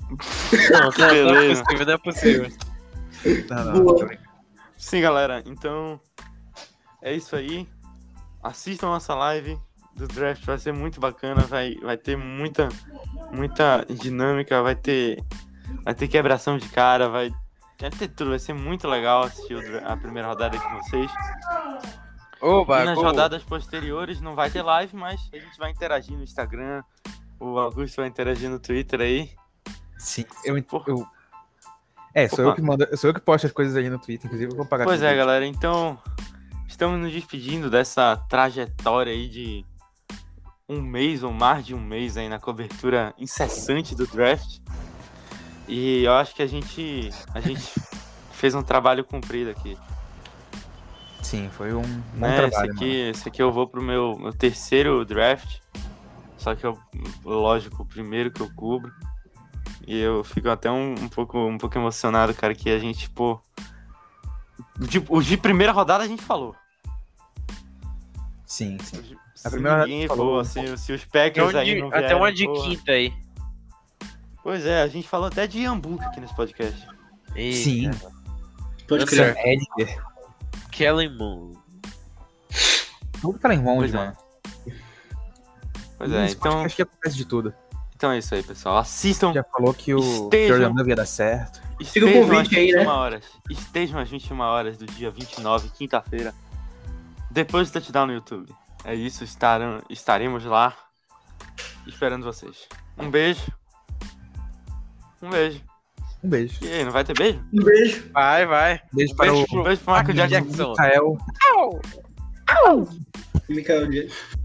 Speaker 2: Não, que
Speaker 3: Não, não é
Speaker 2: beleza.
Speaker 3: possível, não é possível.
Speaker 1: Não, não,
Speaker 4: Boa.
Speaker 1: tá bem.
Speaker 2: Sim, galera, então é isso aí. Assistam a nossa live do draft, vai ser muito bacana, vai, vai ter muita muita dinâmica, vai ter vai ter quebração de cara, vai, vai ter tudo, vai ser muito legal assistir o dra- a primeira rodada aqui com vocês.
Speaker 3: Oba,
Speaker 2: E nas
Speaker 3: gol.
Speaker 2: rodadas posteriores não vai ter live, mas a gente vai interagir no Instagram, o Augusto vai interagir no Twitter aí.
Speaker 1: Sim, eu,
Speaker 2: Porra.
Speaker 1: eu- É, sou eu, que mando, sou eu que posto as coisas ali no Twitter, inclusive eu vou pagar
Speaker 2: Pois
Speaker 1: tudo.
Speaker 2: é, galera, então estamos nos despedindo dessa trajetória aí de um mês ou mais de um mês aí na cobertura incessante do draft. E eu acho que a gente a gente (laughs) fez um trabalho cumprido aqui.
Speaker 1: Sim, foi um bom
Speaker 2: né?
Speaker 1: trabalho,
Speaker 2: esse, aqui, esse aqui eu vou pro meu, meu terceiro draft. Só que eu, lógico, o primeiro que eu cubro. E eu fico até um, um pouco, um pouco emocionado, cara, que a gente, pô. De, o de primeira rodada a gente falou.
Speaker 1: mano. Sim, sim.
Speaker 2: Se
Speaker 1: primeira rodada
Speaker 2: ninguém
Speaker 1: a gente falou.
Speaker 2: voou, se, se os
Speaker 3: Até,
Speaker 2: Packers
Speaker 3: onde-
Speaker 2: aí não vieram,
Speaker 3: até uma um de
Speaker 2: porra.
Speaker 3: quinta aí.
Speaker 2: Pois é, a gente falou até de Hamburgo aqui nesse podcast.
Speaker 3: E
Speaker 1: Sim.
Speaker 2: tá
Speaker 4: Pode
Speaker 3: Nossa,
Speaker 4: crer.
Speaker 1: É,
Speaker 3: Kellen Moon.
Speaker 1: tudo tá em longe,
Speaker 2: Pois é.
Speaker 1: mano.
Speaker 2: Pois é,
Speaker 1: Hum, Esse
Speaker 2: então,
Speaker 1: Acho que acontece de tudo.
Speaker 2: então é isso aí, pessoal. Assistam
Speaker 1: Já falou que o
Speaker 2: Estejam-
Speaker 1: Jordan Love ia dar certo.
Speaker 4: Fica o
Speaker 2: Estejam às
Speaker 4: convite aí,
Speaker 2: 21
Speaker 4: né?
Speaker 2: horas. Estejam às 21 horas do dia 29, quinta-feira. Depois do touchdown no YouTube. É isso, estarão, estaremos lá esperando vocês. Um beijo. Um beijo.
Speaker 1: Um beijo. Um
Speaker 2: E aí, não vai ter beijo?
Speaker 4: Um beijo.
Speaker 3: Vai, vai.
Speaker 1: Beijo para
Speaker 3: Beijo
Speaker 1: o
Speaker 2: Um beijo pro Michael Jackson.
Speaker 3: Jackson.
Speaker 1: Michael.
Speaker 4: Michael Jackson.